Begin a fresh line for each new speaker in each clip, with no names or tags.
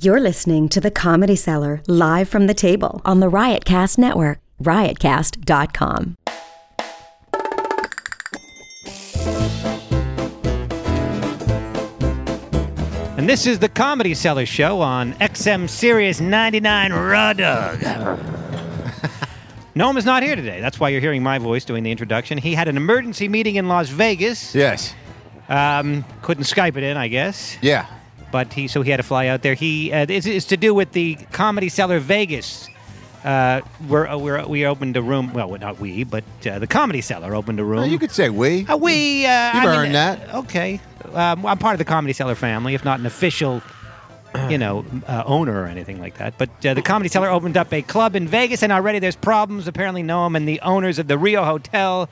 You're listening to The Comedy Cellar live from the table on the Riotcast Network, riotcast.com.
And this is the Comedy Cellar Show on XM Sirius 99 Raw Dog. Noam is not here today. That's why you're hearing my voice doing the introduction. He had an emergency meeting in Las Vegas.
Yes.
Um, couldn't Skype it in, I guess.
Yeah.
But he, so he had to fly out there. He uh, it's, it's to do with the Comedy Cellar Vegas. Uh, we're, uh, we're, we opened a room. Well, not we, but uh, the Comedy Cellar opened a room.
Well, you could say we.
Uh, we. Uh,
You've
I mean,
earned that.
uh, Okay. Um, I'm part of the Comedy Cellar family, if not an official, you know, uh, owner or anything like that. But uh, the Comedy Cellar opened up a club in Vegas, and already there's problems. Apparently, Noam and the owners of the Rio Hotel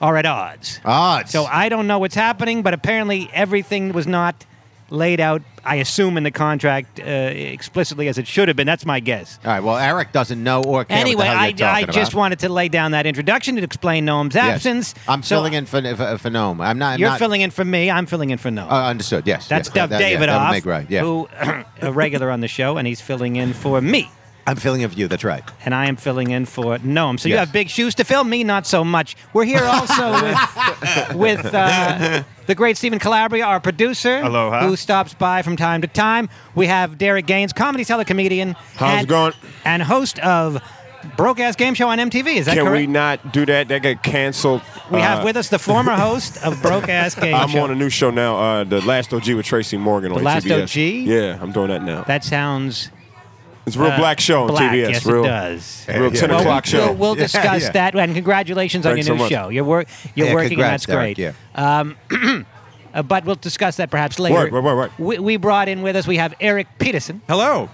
are at odds.
Odds.
So I don't know what's happening, but apparently everything was not laid out. I assume in the contract uh, explicitly as it should have been. That's my guess.
All right. Well, Eric doesn't know or care
Anyway,
what the hell
I,
you're talking
I just
about.
wanted to lay down that introduction to explain Noam's
Yes.
absence.
I'm
So
filling in for, for, for Noam. I'm not. I'm
You're
not,
filling in for me. I'm filling in for Noam.
Uh, understood. Yes.
That's
yes.
Dove
That- yeah,
Davidoff,
that'll make right. Yeah.
who a regular on the show, and he's filling in for me,
I'm filling in for you. That's right.
and I am filling in for Noam. So you
Yes.
have big shoes to fill. Me, not so much. We're here also with, with uh, the great Stephen Calabria, our producer,
Aloha.
who stops by from time to time. We have Derek Gaines, comedy seller, comedian,
How's it
and,
going?
and host of Broke Ass Game Show on MTV. Is that
Can we
correct?
not do that? That got canceled.
We have
Uh,
with us the former host of Broke Ass Game
I'm
Show.
on a new show now, uh, the Last OG with Tracy Morgan on
Last
TBS.
OG?
Yeah, I'm doing that now.
that sounds
it's a real
uh,
black show on
black.
TBS.
Yes,
real,
it does.
real
Yeah.
ten
Well,
o'clock show.
We'll, we'll
Yeah,
discuss
yeah.
that, and congratulations
Thanks
on your
so
new
much.
show. You're, wor- you're
Yeah,
working, and that's
congrats, Derek,
great. Um, uh, but we'll discuss that perhaps later.
Right, right, right, right.
We, we brought in with us, we have Eric Peterson.
Hello.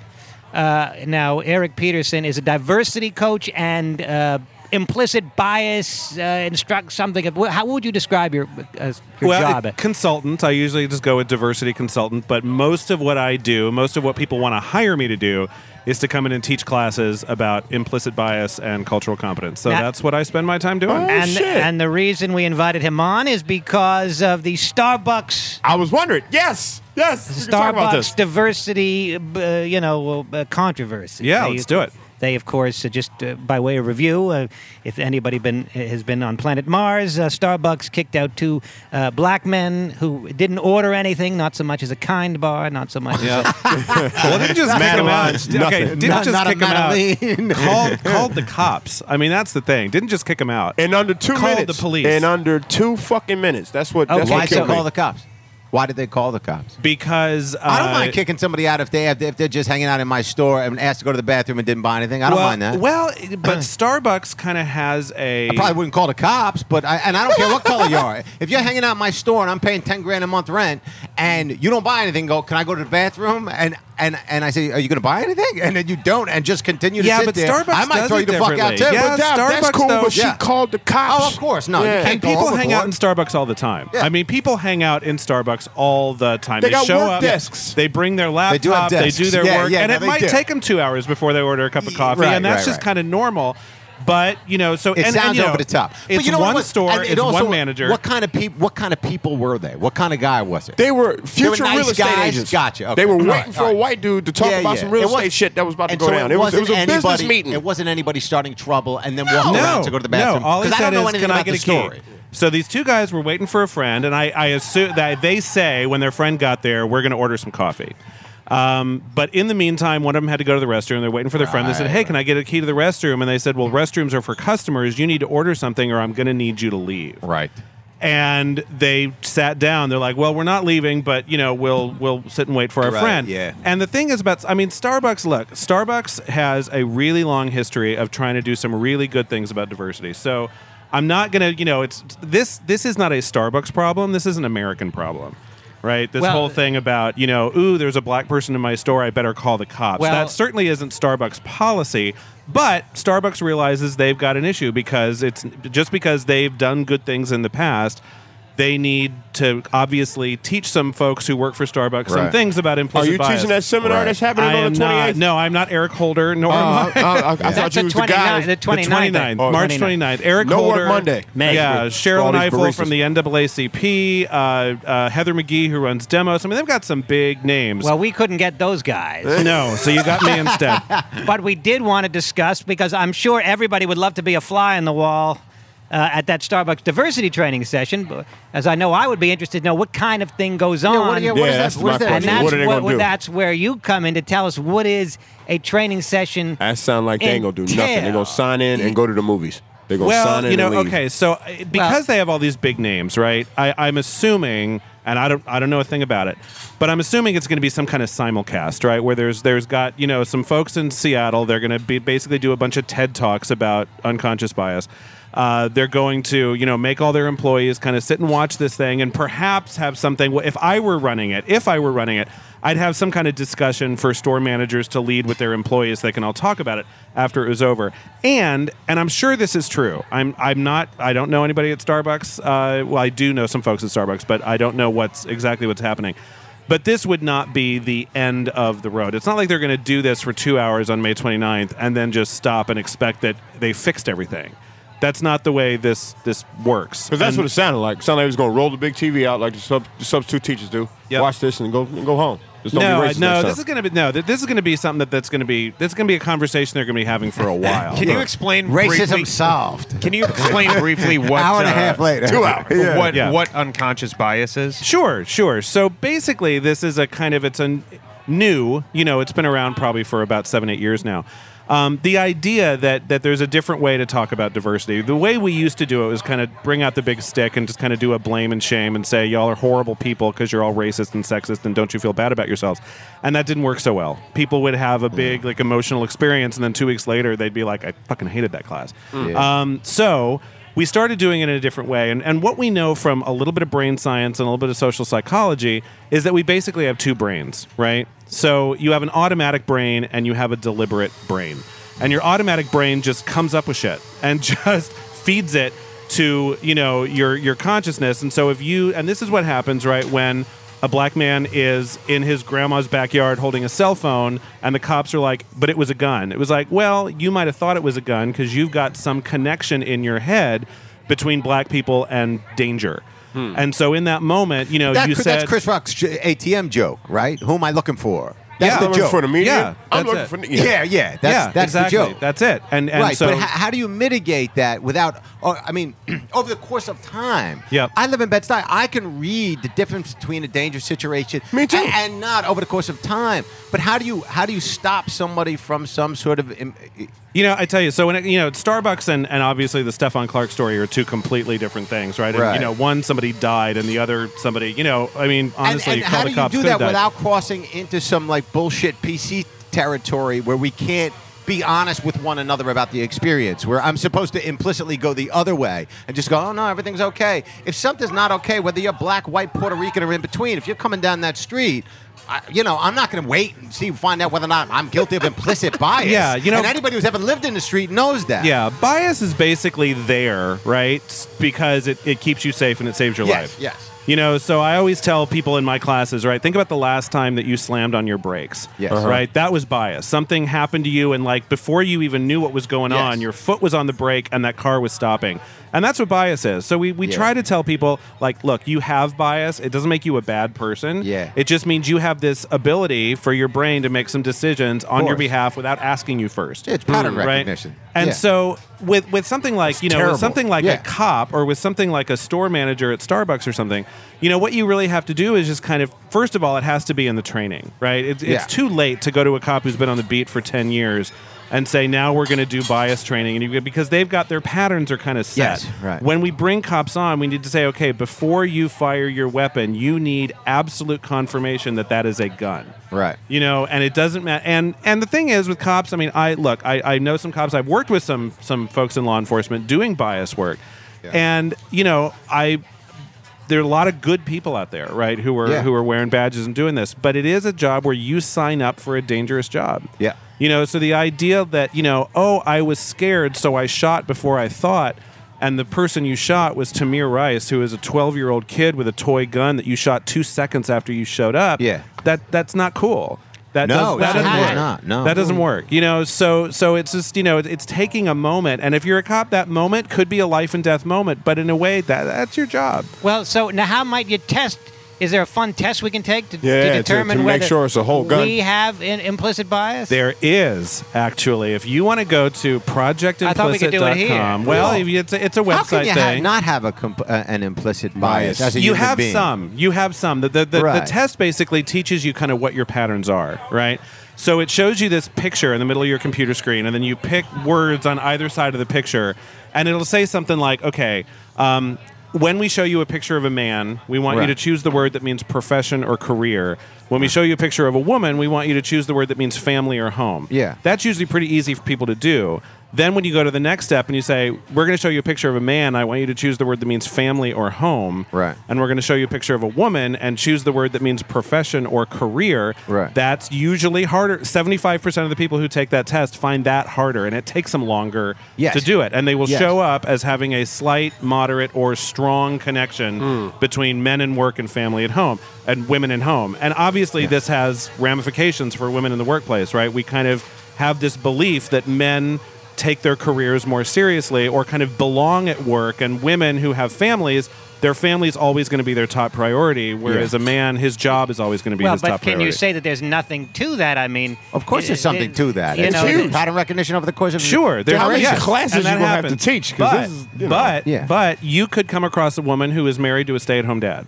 Uh, now, Eric Peterson is a diversity coach and uh, implicit bias uh, instruct something. Of, how would you describe your, uh, your
well,
job?
it- consultant. I usually just go with diversity consultant, but most of what I do, most of what people want to hire me to do, is to come in and teach classes about implicit bias and cultural competence. So
Now-
that's what I spend my time doing.
oh,
and, and the reason we invited him on is because of the Starbucks
I was wondering. Yes, yes. we can talk about this.
Starbucks diversity, uh, you know, uh, controversy.
Yeah, let's do it.
They, of course, uh, just uh, by way of review, uh, if anybody been has been on planet Mars, uh, Starbucks kicked out two uh, black men who didn't order anything, not so much as a kind bar, not so much as a,
well, they just kick him out.
lunch,
okay,
nothing.
didn't
Not-
just
not a
kick him
Madeline.
out. called, called the cops. I mean, that's the thing. Didn't just kick him out.
in under two
Call
minutes.
the police.
In under two fucking minutes. That's what. That's
Okay,
what
Why did
so-
they
killed
call
me.
the cops? Why did they call the cops?
because uh,
I don't mind kicking somebody out if they have, if they're just hanging out in my store and asked to go to the bathroom and didn't buy anything. I don't
well,
mind that.
Well, but Starbucks kind of has a.
I probably wouldn't call the cops, but I, and I don't care what color you are. If you're hanging out in my store and I'm paying ten grand a month rent, and you don't buy anything, go. Can I go to the bathroom? And and and I say, are you going to buy anything? And then you don't, and just continue to
Yeah,
sit
but
there.
Starbucks
I might
does
throw
it
you the fuck out too.
differently. Yeah,
But that-
Starbucks,
that's cool.
though,
but she
yeah.
called the cops.
Oh, of course. No, you
Yeah.
can't
And
go
people hang out in
overboard.
Starbucks all the time.
Yeah.
I mean, people hang out in Starbucks all the time.
They got
show
work
up.
desks.
They bring their
They do
laptop.
have
They,
desks.
do their
Yeah,
work,
yeah,
and
no,
it
they
might
do.
take them two hours before they order a cup of coffee,
right,
and that's
right,
just
right.
kind of normal. But you know, so
It
and,
sounds
and, you know,
over the top. But
It's
you know
one
what?
store.
And it
it's
also-
one manager.
What kind of people? What kind of people were they? What kind of guy was it?
They were future
nice
real estate
guys?
agents.
Gotcha, okay.
They were
All
waiting
right,
for
all
a
right.
white dude to talk
Yeah,
about
yeah.
some real
It was-
estate shit that was about to
and
go
so
down.
It,
It was, it was a
wasn't
business
anybody-
meeting.
It wasn't anybody starting trouble and then walking
no,
around to go to the bathroom.
No, all he
because I
said
don't know
is,
anything
"Can I
about
get
the
a key?"
story.
So these two guys were waiting for a friend, and I, I assume that they say when their friend got there, we're going to order some coffee. Um, but in the meantime, one of them had to go to the restroom. They're waiting for their friend. They said, "Hey, can I get a key to the restroom?" And they said, "Well, restrooms are for customers. You need to order something, or I'm going to need you to leave."
Right.
And they sat down. They're like, "Well, we're not leaving, but you know, we'll we'll sit and wait for our
Right,
friend."
yeah.
And the thing is about, I mean, Starbucks, look, Starbucks has a really long history of trying to do some really good things about diversity. So I'm not going to, you know, it's this, this is not a Starbucks problem. This is an American problem, right? This
Well-
whole thing about, you know, ooh, there's a black person in my store. I better call the cops.
Well-
that certainly isn't Starbucks policy. But Starbucks realizes they've got an issue because it's just because they've done good things in the past. they need to obviously teach some folks who work for Starbucks some
Right.
things about
Are
implicit
you
bias.
teaching that seminar
Right.
that's happening
I
on
am
the
not.
28th?
No, I'm not Eric Holder. Nor
Oh,
am I.
I, I- I thought
That's
you
the
was the
29
guy.
Uh, the
The
29th.
29th,
Oh,
March
29th.
29th. Eric
No work
Holder.
Monday.
Meg.
Yeah,
All
Cheryl
these
Neifel
baristas.
from the NAACP, uh, uh, Heather McGee, who runs demos. I mean, they've got some big names.
Well, we couldn't get those guys,
no, so you got me instead.
but we did want to discuss because I'm sure everybody would love to be a fly on the wall uh, at that Starbucks diversity training session. But as I know, I would be interested to know what kind of thing goes on.
Yeah, what, yeah, what
Yeah,
is
that's
that? What is
my
that?
and
question.
that's
What are they
what,
gonna do?
that's where you come in to tell us what is a training session.
That sound like they ain't gonna do nothing. They're
Entail.
gonna sign in and go to the movies. They're gonna
well,
sign in
you know,
and leave.
okay, so uh, because they have all these big names, right? I, I'm assuming, and I don't, I don't know a thing about it, but I'm assuming it's going to be some kind of simulcast, right? Where there's, there's got, you know, some folks in Seattle. They're going to be basically do a bunch of TED talks about unconscious bias. Uh, they're going to, you know, make all their employees kind of sit and watch this thing, and perhaps have something. If I were running it, if I were running it, I'd have some kind of discussion for store managers to lead with their employees. so They can all talk about it after it was over. And and I'm sure this is true. I'm I'm not. I don't know anybody at Starbucks. Uh, well, I do know some folks at Starbucks, but I don't know what's exactly what's happening. But this would not be the end of the road. It's not like they're going to do this for two hours on May 29th and then just stop and expect that they fixed everything. That's not the way this this works.
Because that's
And-
what it sounded like. It sounded like it was going to roll the big TV out like the, sub, the substitute teachers do.
Yep.
Watch this and go and go home. Just don't
no,
be
I-
racist
no,
next
this is
time.
gonna be no. th- This is gonna be something that, that's gonna be that's gonna be a conversation they're gonna be having for a while.
Can you explain
Racism
briefly-
solved.
Can you explain briefly what
Hour and a
uh,
half later. Two hours.
What
Yeah.
what unconscious bias is?
Sure, sure. So basically, this is a kind of it's a n- new. You know, it's been around probably for about seven, eight years now. Um, the idea that that there's a different way to talk about diversity. The way we used to do it was kind of bring out the big stick and just kind of do a blame and shame and say y'all are horrible people because you're all racist and sexist and don't you feel bad about yourselves. And that didn't work so well. People would have a big like emotional experience and then two weeks later they'd be like, I fucking hated that class. Um, so we started doing it in a different way. And, and what we know from a little bit of brain science and a little bit of social psychology is that we basically have two brains, right? So you have an automatic brain and you have a deliberate brain. And your automatic brain just comes up with shit and just feeds it to, you know, your your consciousness. And so if you and this is what happens, right, when a black man is in his grandma's backyard holding a cell phone, and the cops are like, but it was a gun. It was like, well, you might have thought it was a gun because you've got some connection in your head between black people and danger. And so in that moment, you know,
Hmm. That-
you said,
that's Chris Rock's j- ATM joke, right? Who am I looking for? That's
I'm
the
looking
joke.
for the media.
Yeah,
I'm
that's
looking
it.
for the-
yeah, yeah. That's,
yeah,
that's
exactly.
the joke.
That's it. And, and
right,
so,
but how, how do you mitigate that without? Or, I mean, over the course of time.
Yep.
I live in Bed Stuy. I can read the difference between a dangerous situation.
Me too.
a- And, not over the course of time. But how do you how do you stop somebody from some sort of? im-
You know, I tell you, so when it, you know, Starbucks and, and obviously the Stefan Clark story are two completely different things, right? And,
Right.
you know, one somebody died and the other somebody, you know, I mean,
and,
honestly,
and
call
how
the
do you
cops,
do
could've
that
died.
without crossing into some like bullshit PC territory where we can't be honest with one another about the experience? Where I'm supposed to implicitly go the other way and just go, oh no, everything's okay. If something's not okay, whether you're black, white, Puerto Rican, or in between, if you're coming down that street. I, you know, I'm not going to wait and see find out whether or not I'm guilty of implicit bias.
Yeah, you know-
and anybody who's ever lived in the street knows that.
Yeah, bias is basically there, right? S- Because it, it keeps you safe and it saves your
Yes,
life.
yes.
You know, so I always tell people in my classes, right? Think about the last time that you slammed on your brakes.
Yes. Uh-huh.
Right? That was bias. Something happened to you, and like before you even knew what was going
Yes.
on, your foot was on the brake and that car was stopping. And that's what bias is. So we, we
Yeah.
try to tell people, like, look, you have bias. It doesn't make you a bad person.
Yeah.
It just means you have this ability for your brain to make some decisions on your
course.
behalf without asking you first. Hmm,
It's pattern
Right?
recognition.
And
Yeah.
so with with something like you know
terrible.
with something like
Yeah.
a cop or with something like a store manager at Starbucks or something, you know what you really have to do is just kind of first of all it has to be in the training, right? It's,
Yeah.
it's too late to go to a cop who's been on the beat for ten years and say now we're going to do bias training and you, because they've got their patterns are kind of set.
Yes, right.
When we bring cops on, we need to say okay before you fire your weapon, you need absolute confirmation that that is a gun
Right.
you know and it doesn't matter and and the thing is with cops i mean i look I, I know some cops i've worked with some some folks in law enforcement doing bias work and you know i there are a lot of good people out there right who are
Yeah.
who are wearing badges and doing this but it is a job where you sign up for a dangerous job
Yeah.
you know so the idea that you know oh i was scared so i shot before i thought and the person you shot was Tamir Rice, who is a 12 year old kid with a toy gun that you shot two seconds after you showed up.
Yeah.
that that's not cool. That
No,
does,
it's
that doesn't
not.
work.
It's not. No.
that doesn't work. You know, so so it's just you know it- it's taking a moment, and if you're a cop, that moment could be a life and death moment. But in a way, that that's your job.
Well, so now how might you test? Is there a fun test we can take to,
Yeah,
to
to-
determine
to make
whether
sure it's a whole gun.
we have in, implicit bias?
There is actually, if you want to go to
I thought we could do it here.
projectimplicit.com. Well,
Cool.
if you- it's a, it's a website
How can you ha-
thing.
not have a comp- uh, an implicit bias?
Bias.
As a
you
human
have
being?
some. You have some. The, the, the,
Right.
the test basically teaches you kind of what your patterns are, right? So it shows you this picture in the middle of your computer screen, and then you pick words on either side of the picture, and it'll say something like, okay, um, when we show you a picture of a man, we want
Right.
you to choose the word that means profession or career. When we show you a picture of a woman, we want you to choose the word that means family or home.
Yeah.
That's usually pretty easy for people to do. Then when you go to the next step and you say, "We're going to show you a picture of a man. I want you to choose the word that means family or home."
Right.
And we're going to show you a picture of a woman and choose the word that means profession or career.
Right.
That's usually harder. 75% of the people who take that test find that harder and it takes them longer
Yes.
to do it. And they will
Yes.
show up as having a slight, moderate, or strong connection
Hmm.
between men and work and family at home and women in home. And obviously, this has ramifications for women in the workplace, right? We kind of have this belief that men take their careers more seriously or kind of belong at work, and women who have families. Their family's always going to be their top priority, whereas a man, his job is always going to be
well,
his
but
top
can
priority.
you say that there's nothing to that? I mean,
Of course,
it-
there's something
it-
to that.
You
It's
know,
huge. pattern recognition over the course of
Sure, there
How
are
many
yes,
classes
and
you
that
gonna have to
happens.
teach? 'Cause
But
this is, you know.
but,
Yeah.
but you could come across a woman who is married to a stay-at-home dad,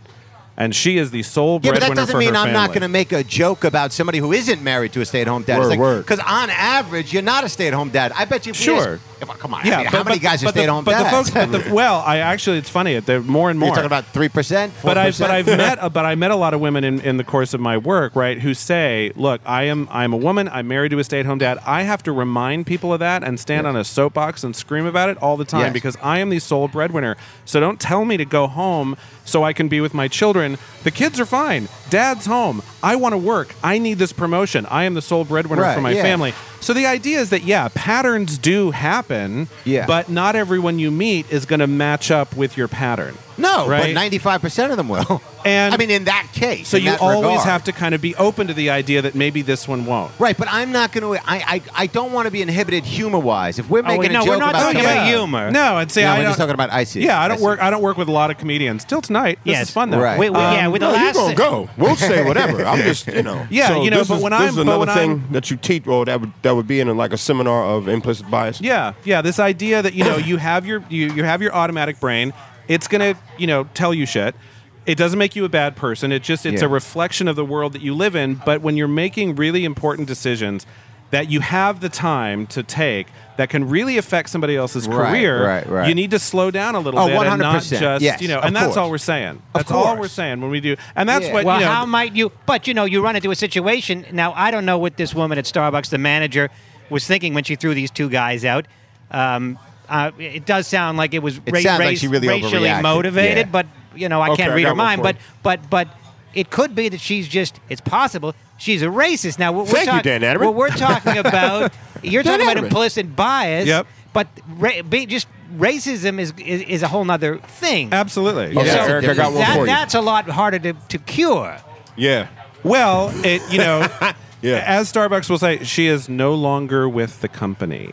and she is the sole
Yeah, but
breadwinner
that doesn't
for
mean
her
I'm not
family.
going to make a joke about somebody who isn't married to a stay-at-home dad.
Word, word.
Because on average, you're not a stay-at-home dad. I bet you. if we
Sure.
ask- if- come on. I
Yeah,
mean,
but,
how many
but-
guys are
but the-
stay-at-home
but the
dads?
folks- but the- well, I actually, it's funny. They're more and more.
you're talking about three percent.
but I but I've met but I met a lot of women in, in the course of my work, right, who say, "Look, I am I'm a woman. I'm married to a stay-at-home dad. I have to remind people of that and stand on a soapbox and scream about it all the time
Yes.
because I am the sole breadwinner. So don't tell me to go home so I can be with my children. The kids are fine. Dad's home. I want to work. I need this promotion. I am the sole breadwinner
Right,
for my
yeah.
family." So the idea is that yeah, patterns do happen,
Yeah.
but not everyone you meet is going to match up with your pattern.
no, but
right?
ninety-five percent of them will.
And-
I mean, in that case,
So
in
you
that
always
regard.
have to kind of be open to the idea that maybe this one won't.
Right, but I'm not going to. I, I I don't want to be inhibited humor-wise. If we're
Oh,
making
no,
a
we're
joke
not
about
talking
somebody-
about humor.
No, I'd say
No,
I
we're just
don't-
talking about I see.
Yeah, I don't
see.
work. I don't work with a lot of comedians. Till tonight, this
Yes.
is fun though.
Right.
We, we,
Um,
yeah, with the
no,
last
you gonna go. We'll say whatever. I'm just, you know.
Yeah,
So
you know,
this
but
is-
when
this
I'm-
is
but
another
when
thing
I'm-
that you teach, or that would that would be in like a seminar of implicit bias.
Yeah, yeah. This idea that you know you have your you, you have your automatic brain. It's gonna you know tell you shit. It doesn't make you a bad person. It just it's
Yeah.
a reflection of the world that you live in. But when you're making really important decisions that you have the time to take that can really affect somebody else's
Right,
career,
right, right.
you need to slow down a little
Oh,
bit and not
100%.
just
Yes,
you know.
of
And that's
course.
all we're saying.
Of
That's all
course.
we're saying when we do. And that's
Yeah.
what
Well,
you know.
how might you? But you know, you run into a situation. Now, I don't know what this woman at Starbucks, the manager, was thinking when she threw these two guys out. Um, uh, it does sound like it was
It sounds like she really
racially
overreacted.
motivated,
Yeah.
but you know, I
Okay,
can't
I
read
got
her
one
mind.
for
But
you.
but but it could be that she's just. It's possible she's a racist. Now, we're,
Thank
we're
you,
talking.
Dan Aykroyd.
Well, we're talking about. You're
Dan
talking about
Aykroyd.
implicit bias.
Yep.
But ra- be, just racism is, is is a whole other thing.
Absolutely.
Okay,
Yeah.
Eric, I got one
That-
for you.
that's a lot harder to, to cure.
yeah.
Well, it you know,
Yeah.
as Starbucks will say, she is no longer with the company.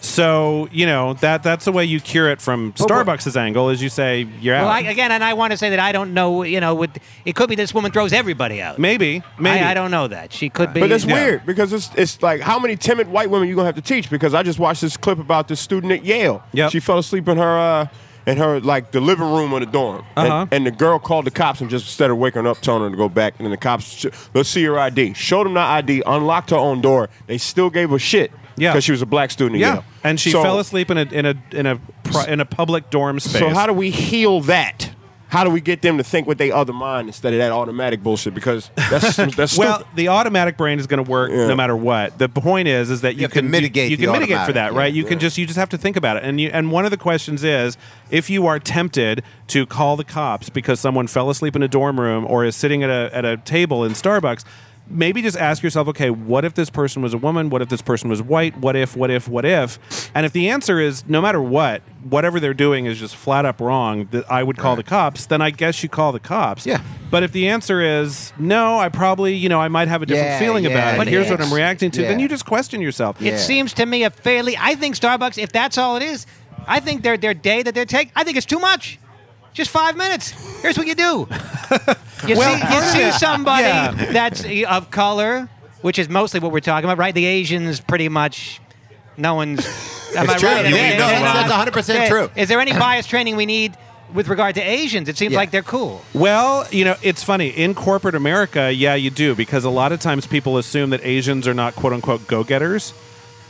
So you know that that's the way you cure it from Starbucks' angle is you say you're out.
Well, I, again, and I want to say that I don't know. You know, with it could be this woman throws everybody out.
maybe, maybe
I, I don't know that she could be.
But that's
Yeah.
weird because it's it's like how many timid white women you gonna have to teach? Because I just watched this clip about this student at Yale.
Yep.
She fell asleep in her uh, in her like the living room of the dorm, And-
Uh-huh.
and, the girl called the cops and just instead of waking her up, telling her to go back, and then the cops sh- let's see your ID. Showed them the ID, unlocked her own door. They still gave her shit.
Yeah.
because she was a black student. at
Yeah,
Yale.
and she
So-
fell asleep in a in a in a pri- in a public dorm space.
So how do we heal that? How do we get them to think with their other mind instead of that automatic bullshit? Because that's that's
well,
stupid.
the automatic brain is going to work no matter what. The point is, is that you,
have to
can
mitigate
You,
the
can mitigate for
automatic,
that,
yeah,
right? You can just you just have to think about it. And you and one of the questions is, if you are tempted to call the cops because someone fell asleep in a dorm room or is sitting at a at a table in Starbucks. maybe just ask yourself, okay, what if this person was a woman? What if this person was white? What if, what if, what if? And if the answer is no matter what, whatever they're doing is just flat up wrong, that I would call the cops, then I guess you call the cops.
Yeah.
But if the answer is no, I probably, you know, I might have a different
Yeah,
feeling
yeah,
about it.
But
Here's
it's-
what I'm reacting to. Then
yeah.
you just question yourself.
It seems to me a fairly. I think Starbucks, if that's all it is, I think their their day that they're taking, I think it's too much. Just five minutes. Here's what you do. You see, you see somebody
Yeah.
that's uh, of color, which is mostly what we're talking about, right? The Asians, pretty much, no one's. Am
It's
I
true. uh,
right?
Yeah,
Am I-
no,
am I-
that's- that's 100%
Yeah.
true.
Is there any bias training we need with regard to Asians? It seems
Yeah.
like they're cool.
Well, you know, it's funny. In corporate America, yeah, you do, because a lot of times people assume that Asians are not quote unquote go getters.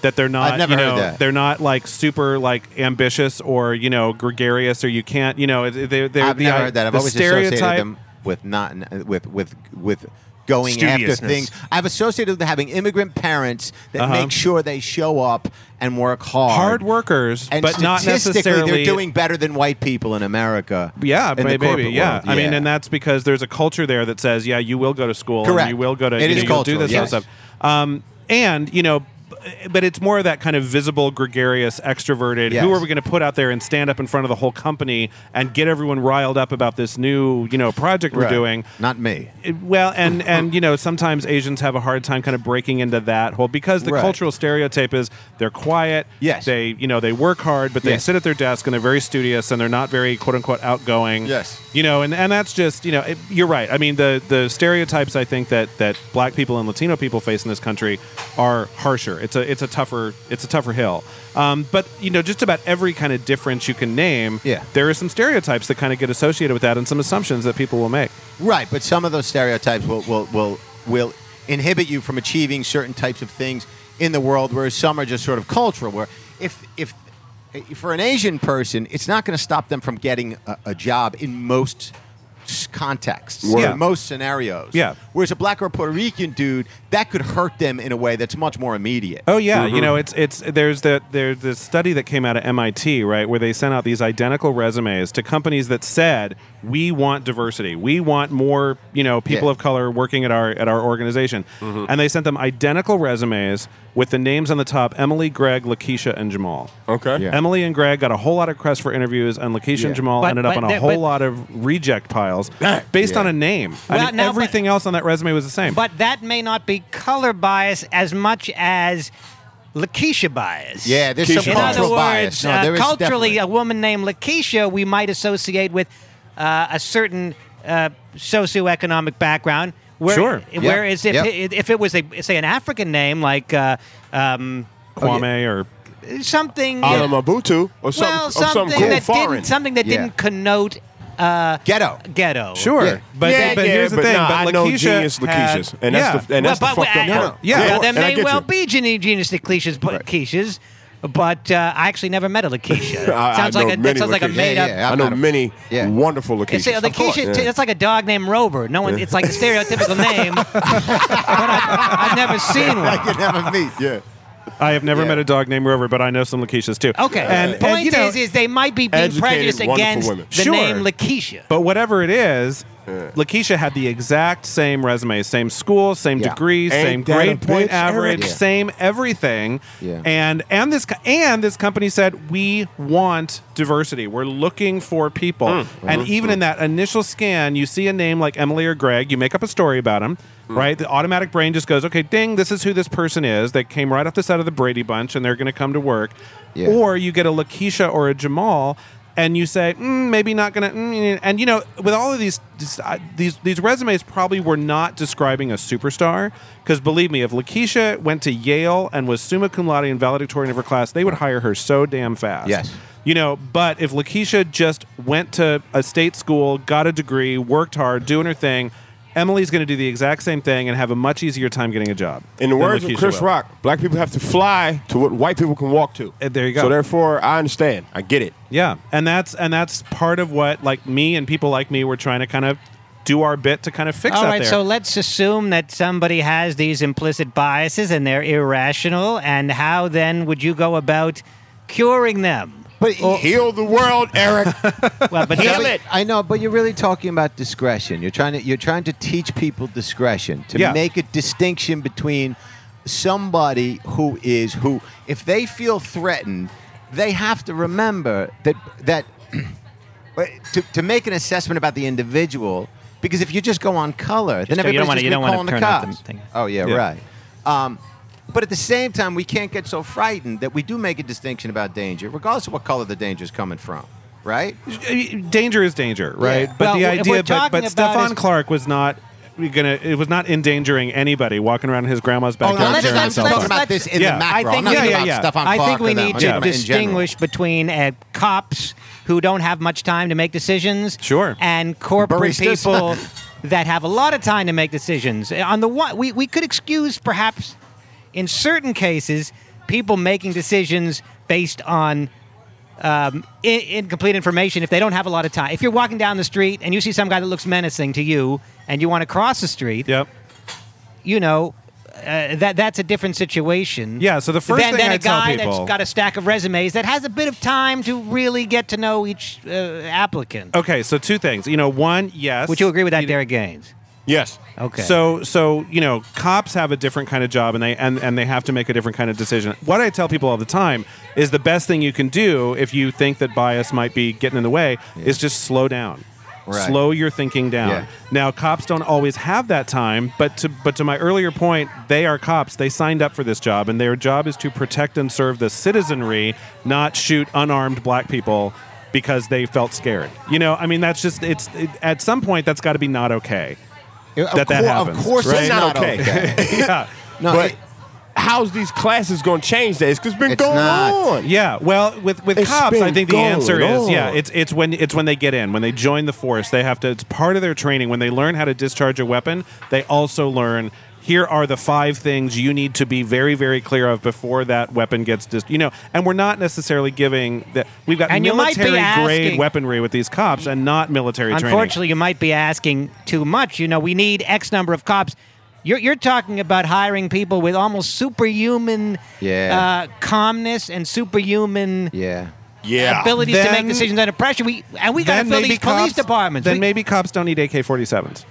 That they're not,
I've never
you know,
heard that.
they're not like super like ambitious or you know gregarious or you can't, you know, they, they're
I've
the,
never heard that. I've
the
always
stereotype.
associated them with not with with with going after
Studiousness.
things. I've associated with having immigrant parents that
Uh-huh.
make sure they show up and work hard.
hard workers,
And
but not
statistically,
necessarily
they're doing better than white people in America.
Yeah,
in
may-
the
maybe.
corporate
yeah.
world.
I mean, and that's because there's a culture there that says, yeah, you will go to school,
Correct.
and you will go to,
It is
you know, you'll
cultural,
do this
yes.
sort of stuff. Um, and you know, b- but it's more of that kind of visible, gregarious, extroverted.
Yes.
Who are we going to put out there and stand up in front of the whole company and get everyone riled up about this new, you know, project we're
Right.
doing?
Not me.
It- well and and you know sometimes asians have a hard time kind of breaking into that whole because the
Right.
cultural stereotype is they're quiet
Yes.
they you know they work hard but they
Yes.
sit at their desk and they're very studious and they're not very quote unquote outgoing
Yes.
you know and and that's just you know it, you're right i mean the the stereotypes i think that that black people and latino people face in this country are harsher it's a it's a tougher it's a tougher hill um, but you know just about every kind of difference you can name
Yeah.
there are some stereotypes that kind of get associated with that and some assumptions that people will make
Right, but some of those stereotypes will will will, will inhibit you from achieving certain types of things in the world, whereas some are just sort of cultural. Where if if for an Asian person, it's not going to stop them from getting a, a job in most s- contexts,
Yeah.
in most scenarios.
Yeah.
Whereas a black or Puerto Rican dude, that could hurt them in a way that's much more immediate.
Oh yeah, you
Mm-hmm.
know it's it's there's the there's this study that came out of MIT right where they sent out these identical resumes to companies that said we want diversity, we want more you know people
Yeah. Mm-hmm.
of color working at our at our organization, and they sent them identical resumes with the names on the top: Emily, Greg, Lakeisha, and Jamal.
Okay.
Yeah.
Emily and Greg got a whole lot of requests for interviews, and Lakeisha
Yeah.
and Jamal
But-
ended up
but
on a
there-
whole
but-
lot of reject piles based
Yeah.
on a name. I
Well,
mean,
now, but-
everything else on that resume was the same.
But that may not be color bias as much as Lakeisha bias.
Yeah, there's some
In other
cultural
words,
bias. No,
uh,
there is
culturally,
definitely-
a woman named Lakeisha we might associate with uh, a certain uh, socioeconomic background. Where,
Sure.
Whereas
Yeah.
if,
Yeah.
it, if it was, a, say, an African name, like uh, um,
Kwame or
something.
Out of Mabutu or something,
well,
or something,
something,
cool
that
foreign.
didn't, something that
Yeah.
didn't connote
Ghetto.
ghetto.
Sure,
Yeah.
but
yeah,
but
yeah,
here's the
but
thing.
Nah,
but
I know
Lakeisha
genius
had-
Lakeishas, and that's
yeah.
the and that's
Well,
the fucked up
well,
part.
Yeah.
Now,
Well,
there
and I
may
get
well
you.
be gene- genius Lakeisha's, but, Keishas, but uh, I actually never met a Lakeisha.
I- I
sounds
know
like a, that
many
sounds like a
Lakeishas.
made
Yeah,
up.
yeah,
I
I'm
know
not a-
many
Yeah.
wonderful
It's,
Lakeishas.
a Lakeisha, t-
Yeah.
it's like a dog named Rover. No one, it's like a stereotypical name, but I, I've never seen
I
one.
could never meet. Yeah.
I have never
Yeah.
met a dog named Rover, but I know some Lakeishas too.
Okay.
and,
Point
and, you know,
is, is they might be being
educated,
prejudiced
wonderful
against
women.
the
Sure.
name Lakeisha.
but whatever it is, Lakeisha had the exact same resume, same school, same
Yeah.
degree,
Ain't
same
that a
grade point
bitch,
average,
Eric? Yeah.
same everything.
Yeah.
And and this co- and this company said we want diversity. We're looking for people. And
Mm-hmm.
even in that initial scan, you see a name like Emily or Greg. You make up a story about them,
Mm.
right? The automatic brain just goes, okay, ding, this is who this person is. They came right off the side of the Brady Bunch, and they're going to come to work.
Yeah.
Or you get a Lakeisha or a Jamal. And you say mm, maybe not gonna, mm, and you know, with all of these, this- I- these these resumes probably were not describing a superstar, because believe me, if Lakeisha went to Yale and was summa cum laude and valedictorian of her class, they would hire her so damn fast.
Yes.
You know, but if Lakeisha just went to a state school, got a degree, worked hard, doing her thing, Emily's going to do the exact same thing and have a much easier time getting a job.
In the
than
words of
Lakeisha
Chris
will.
Rock, black people have to fly to what white people can walk to.
Uh, there you go.
So therefore, I understand. I get it.
Yeah, and that's and that's part of what like me and people like me were trying to kind of do our bit to kind of fix
All
out
right,
there.
so let's assume that somebody has these implicit biases and they're irrational. And how then would you go about curing them?
But
Heal the world, Eric.
Well, but
Heal
some-
it.
I know, but you're really talking about discretion. You're trying to you're trying to teach people discretion to
Yeah.
make a distinction between somebody who is who if they feel threatened, they have to remember that that but to, to make an assessment about the individual because if you just go on color, then
Just go- you
everybody's
don't wanna-
just
you
gonna
don't wanna
call on the
turn off the
cops.
thing.
Oh yeah,
Yeah.
right. Um, but at the same time, we can't get so frightened that we do make a distinction about danger, regardless of what color the danger is coming from, right?
danger is danger, right?
Yeah.
But
Well,
the
what we're
idea, but,
talking
but
about
Stefan
is-
Clark was not gonna. It was not endangering anybody walking around in his grandma's backyard.
I'm
Oh, let's-
tearing
let's-
himself
let's-
up.
talking about this in
Yeah.
the
I
macro.
think,
I'm not
yeah,
talking
yeah,
about
yeah.
stuff on
I
Clark
think we
or that
need
one.
to
I'm talking about in general.
distinguish between uh, cops who don't have much time to make decisions,
Sure.
and corporate
Baristas.
people that have a lot of time to make decisions. Uh, On the one, we we could excuse perhaps in certain cases people making decisions based on. Um, in- incomplete information if they don't have a lot of time. If you're walking down the street and you see some guy that looks menacing to you and you want to cross the street,
Yep.
you know, uh, that that's a different situation.
Yeah, so the first
than,
thing
than
I
a
tell
guy
people-
that's got a stack of resumes that has a bit of time to really get to know each uh, applicant.
Okay, so two things. You know, one, yes.
Would you agree with that, Derek Gaines?
yes.
Okay.
So so you know, cops have a different kind of job, and they and, and they have to make a different kind of decision. What I tell people all the time is the best thing you can do if you think that bias might be getting in the way is just slow down.
Right.
Slow your thinking down.
Yeah.
Now, cops don't always have that time, but to but to my earlier point, they are cops. They signed up for this job, and their job is to protect and serve the citizenry, not shoot unarmed black people because they felt scared. You know, I mean, that's just it's it, at some point that's got to be not okay.
Of
that
cour-
that happens,
Of course,
right?
it's
Not
not
okay.
okay.
yeah.
No,
but
it-
how's these classes going to change that? It's 'cause it's been
It's
going
not.
on.
Yeah, well, with with
It's
cops,
been
I think the
going
answer is
on.
yeah. It's it's when it's when they get in, when they join the force, they have to. It's part of their training. When they learn how to discharge a weapon, they also learn. Here are the five things you need to be very, very clear of before that weapon gets dis. You know, and we're not necessarily giving that. We've got
And you might be
military grade
asking-
weaponry with these cops, and not military training.
Unfortunately, you might be asking too much. You know, we need X number of cops. You're, you're talking about hiring people with almost superhuman
Yeah.
uh, calmness and superhuman
yeah.
Yeah.
abilities to make
Then-
decisions under pressure. We and we got to
Then
fill
maybe
these police
cops-
departments.
Then
We-
maybe cops don't need AK-47s.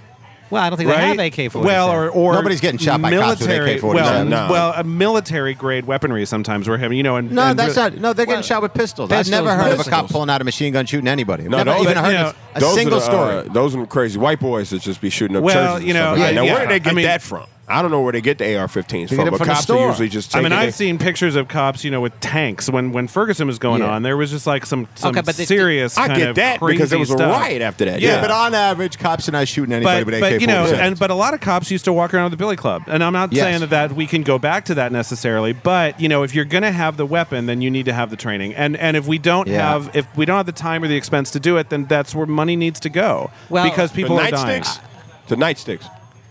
well, I don't think
right?
they have AK-47.
Well, or, or
Nobody's getting shot by cops with
military-
AK-47s.
Well,
No.
well, a military grade weaponry sometimes we're having, you know, and
No,
and
that's
really-
not. No, they're getting
Well,
shot with pistols. I've
pistols,
never heard of a cop
pistols.
pulling out a machine gun shooting anybody. No, never
those-
even
but,
heard
you know,
a
Those are
single
the,
story.
uh, those are the crazy white boys that just be shooting up
Well,
churches.
you know,
and stuff like that.
I-
now where
yeah.
do they get
I mean-
that from? I don't know where they get the AR-15s
get
from.
it
But
from the
cops
store.
are usually just.
I mean,
taking
I've
it-
seen pictures of cops, you know, with tanks. When when Ferguson was going
Yeah.
on, there was just like some some
Okay, but the-
serious.
I
kind
get
of
that
crazy
because there was a
stuff.
riot after that.
Yeah,
Yeah,
but on average, cops are not shooting anybody
But,
with
but
AK-47s.
you know, and but a lot of cops used to walk around with a billy club, and I'm not
Yes.
saying that, that we can go back to that necessarily. But you know, if you're going to have the weapon, then you need to have the training, and and if we don't
Yeah.
have if we don't have the time or the expense to do it, then that's where money needs to go.
Well-
because
the
people are dying.
nightsticks. The nightsticks.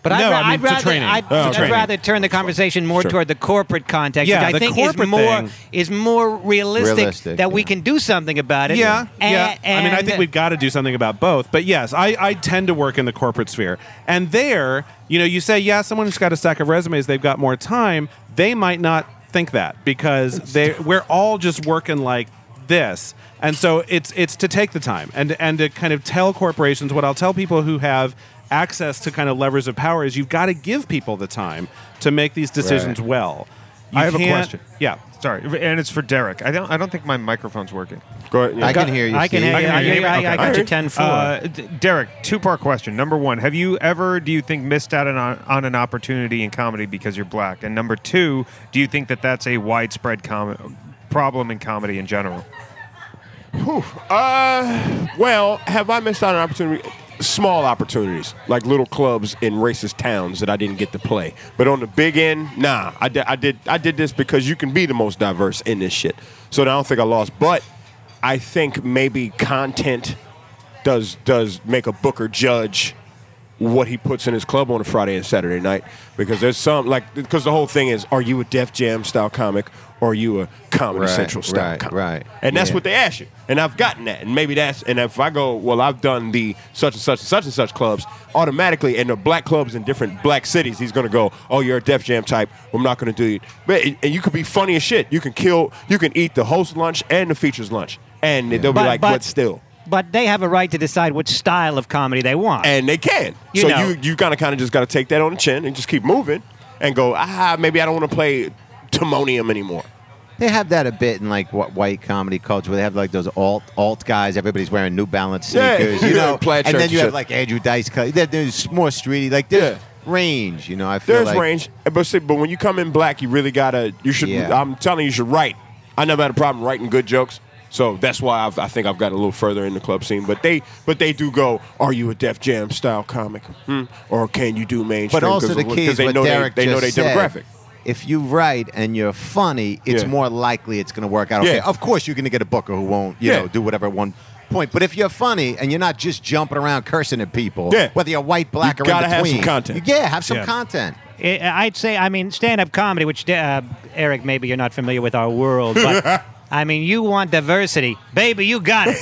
But
No,
I'd, ra-
I mean,
I'd
to
rather
training.
I'd,
Oh, to
I'd
training.
rather turn the conversation more
Sure.
toward the corporate context,
Yeah,
which
the
I think is
corporate
more
thing-
is more realistic,
Realistic,
that we
yeah.
can do something about it.
Yeah,
And-
yeah. I mean, I
and-
think we've got to do something about both. But yes, I, I tend to work in the corporate sphere, and there, you know, you say, yeah, someone who's got a stack of resumes, they've got more time. They might not think that because they we're all just working like this, and so it's it's to take the time and and to kind of tell corporations what I'll tell people who have access to kind of levers of power is you've got to give people the time to make these decisions well. You
I have a
can't-
question.
Yeah.
Sorry, and it's for Derek. I don't. I don't think my microphone's working.
Go ahead.
I can hear you.
I can
Steve.
hear you.
I
I,
can hear you.
I- I
Okay.
got
All
you
right.
ten four.
Uh, D- Derek, two part question. Number one, have you ever, do you think, missed out on, on an opportunity in comedy because you're black? And number two, do you think that that's a widespread com- problem in comedy in general?
Uh, well, have I missed out on opportunity? Small opportunities, like little clubs in racist towns that I didn't get to play. But on the big end, nah, I did, I did, I did this because you can be the most diverse in this shit. So I don't think I lost, but I think maybe content does does make a Booker judge what he puts in his club on a Friday and Saturday night because there's some like because the whole thing is are you a Def Jam style comic or are you a Comedy
Right,
Central style
right,
comic
right.
and that's
Yeah.
what they ask you and I've gotten that and maybe that's and if I go well I've done the such and such and such and such clubs automatically and the black clubs in different black cities he's gonna go oh you're a Def Jam type I'm not gonna do you but and you could be funny as shit you can kill you can eat the host lunch and the features lunch and they'll be like but still
But they have a right to decide which style of comedy they want.
and they can.
You
so
know.
you you kind of kind of just got to take that on the chin and just keep moving and go. Ah, maybe I don't want to play Timonium anymore.
They have that a bit in like what white comedy culture where they have like those alt alt guys. Everybody's wearing New Balance
Yeah,
sneakers, you
yeah,
know.
plaid
and
shirts
then you
and
have
shit.
like Andrew Dice Clay. There- There's more streety. Like there's
Yeah.
range, you know. I feel
There's
like
range, but see, but when you come in black, you really gotta. You should.
Yeah.
I'm telling you, you should write. I never had a problem writing good jokes, so that's why I've, I think I've got a little further in the club scene. But they, but they do go. Are you a Def Jam style comic, hmm? or can you do mainstream?
But also
'Cause
the
of- 'cause
key is
they
what
know
Derek
they, they know
just
their
said.
demographic.
If you write and you're funny, it's
Yeah.
more likely it's going to work out. Okay,
Yeah.
of course you're going to get a booker who won't, you
Yeah.
know, do whatever at one point. But if you're funny and you're not just jumping around cursing at people,
Yeah.
whether you're white, black,
You
or
gotta
in
have some
between,
content.
you- Yeah, have some
Yeah.
content.
I- I'd say, I mean, stand-up comedy, which uh, Eric, maybe you're not familiar with our world, but I mean, you want diversity, baby. You got it.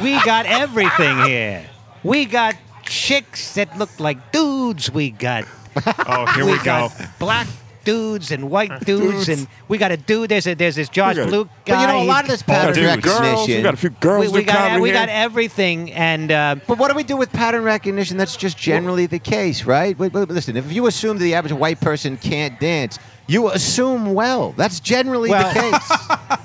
we got everything here. We got chicks that look like dudes. We got
Oh, here we go.
got black dudes and white dudes, and we got a dude. There's a there's this Josh
got a-
Blue guy.
But you know, a lot of this
he's-
Got a
pattern
few girls. We
recognition.
got a few girls.
we, we
do
got
comedy
we
here.
got everything, and uh,
But what do we do with pattern recognition? That's just generally the case, right? Wait, wait, listen, if you assume that the average white person can't dance, you assume well. That's generally
Well-
the case.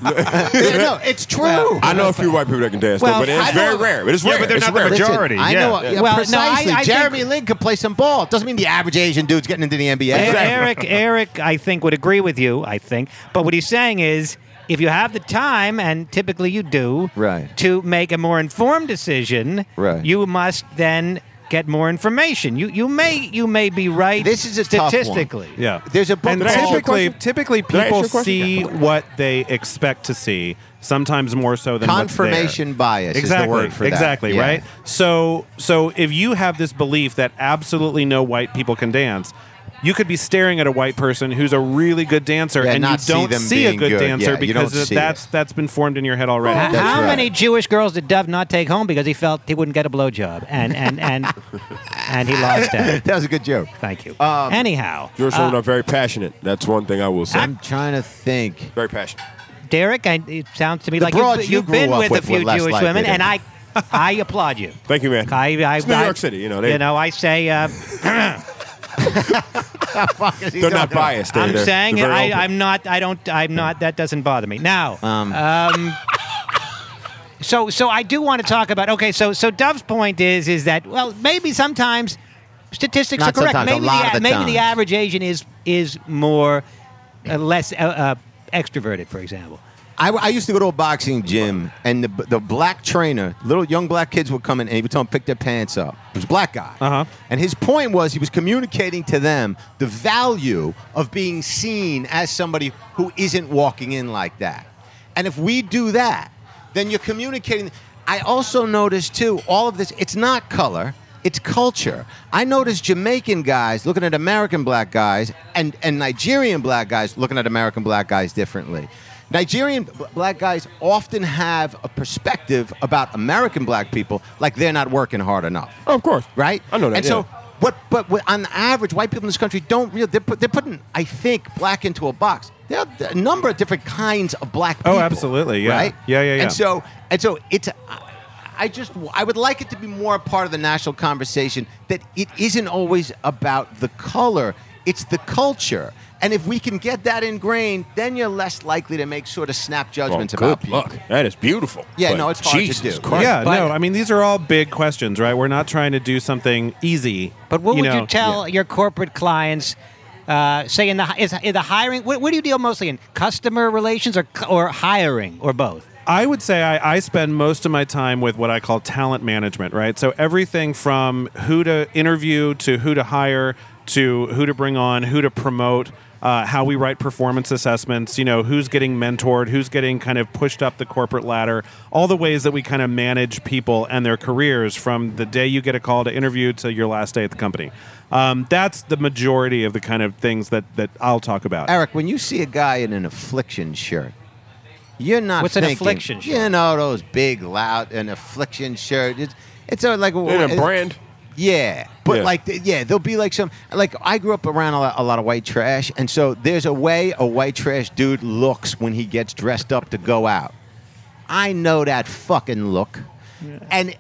Yeah, no, it's true.
I know a few white people that can dance,
Well,
though, but
I
it's very
know-
rare. It's
Yeah,
rare.
but they're
It's
not the
rare.
majority.
I know.
yeah.
yeah,
Well, no, I-
precisely.
I think-
Jeremy Lin could play some ball. It doesn't mean the average Asian dude's getting into the NBA.
E- Eric, Eric, I think would agree with you. I think, but what he's saying is, if you have the time, and typically you do,
Right.
to make a more informed decision,
Right.
you must then get more information. You you may you may be right.
This is a tough one.
statistically.
Yeah.
There's a book
And
Did I answer your
typically,
question?
typically
I answer
people
your question?
see what they expect to see, sometimes more so than what's there.
Confirmation bias
Exactly.
is the word for that.
exactly.
Yeah.
Right. So, so if you have this belief that absolutely no white people can dance, you could be staring at a white person who's a really good dancer,
Yeah,
and you
not see
don't
them
see a
being
good,
good.
dancer
Yeah, you don't
because
see
that's
it.
that's been formed in your head already.
How-
That's
How
right.
many Jewish girls did Dove not take home because he felt he wouldn't get a blowjob, and and and and he lost out.
That was a good joke.
Thank you.
Um,
Anyhow,
You're
uh,
showing up very passionate. That's one thing I will say.
I'm trying to think.
very passionate.
Derek, I, it sounds to me
The
like
broads
you've,
you
you've been
grew up
with,
with
a
were
few
less
Jewish
likely
women,
to-
and I, I applaud you.
Thank you, man.
I, I,
It's New
I-
York City, you know, they-
you know, I say, uh,
They're not biased. They're,
I'm
they're-
saying,
they're very
I,
open.
I'm not, I don't, I'm not. That doesn't bother me. Now,
Um,
so, so I do want to talk about. Okay, so, so Dove's point is, is that well, maybe sometimes statistics
Not
are correct.
sometimes, a
maybe
lot
the,
of the
maybe the
times.
average Asian is is more uh, less uh, uh, extroverted, for example.
I, I used to go to a boxing gym, and the, the black trainer, little young black kids would come in, and he would tell them pick their pants up. He was a black guy,
Uh-huh.
and his point was he was communicating to them the value of being seen as somebody who isn't walking in like that. And if we do that, then you're communicating. I also noticed too, all of this. It's not color. It's culture. I noticed Jamaican guys looking at American black guys and, and Nigerian black guys looking at American black guys differently. Nigerian b- black guys often have a perspective about American black people like they're not working hard enough,
Oh, of course.
right?
I know that.
And
yeah.
so, what, but what, on average, white people in this country don't really, they're, put, they're putting, I think, black into a box. There are a number of different kinds of black people.
Oh, absolutely, yeah.
Right?
Yeah, yeah, yeah.
And so, and so it's, I- I just, I would like it to be more a part of the national conversation that it isn't always about the color, it's the culture. And if we can get that ingrained, then you're less likely to make sort of snap
Well,
judgments about
good
people.
luck. That is beautiful.
Yeah,
But
no, it's hard to
Jesus
do.
Christ.
Yeah,
But-
no, I mean these are all big questions, right? We're not trying to do something easy.
But what would
know.
you tell your corporate clients? Uh, say in the is, in the hiring. What, what do you deal mostly in? Customer relations or or hiring or both?
I would say I, I spend most of my time with what I call talent management, right? So everything from who to interview to who to hire to who to bring on, who to promote. uh, how we write performance assessments, you know, who's getting mentored, who's getting kind of pushed up the corporate ladder, all the ways that we kind of manage people and their careers from the day you get a call to interview to your last day at the company. Um, that's the majority of the kind of things that, that I'll talk about.
Eric, when you see a guy in an affliction shirt, you're not
What's an
thinking,
affliction
You
shirt?
know those big, loud, an affliction shirt. It's, it's a, like
In a brand.
Yeah, but
Yeah.
like, th- yeah, there'll be like some. Like, I grew up around a lot, a lot of white trash, and so there's a way a white trash dude looks when he gets dressed up to go out. I know that fucking look, and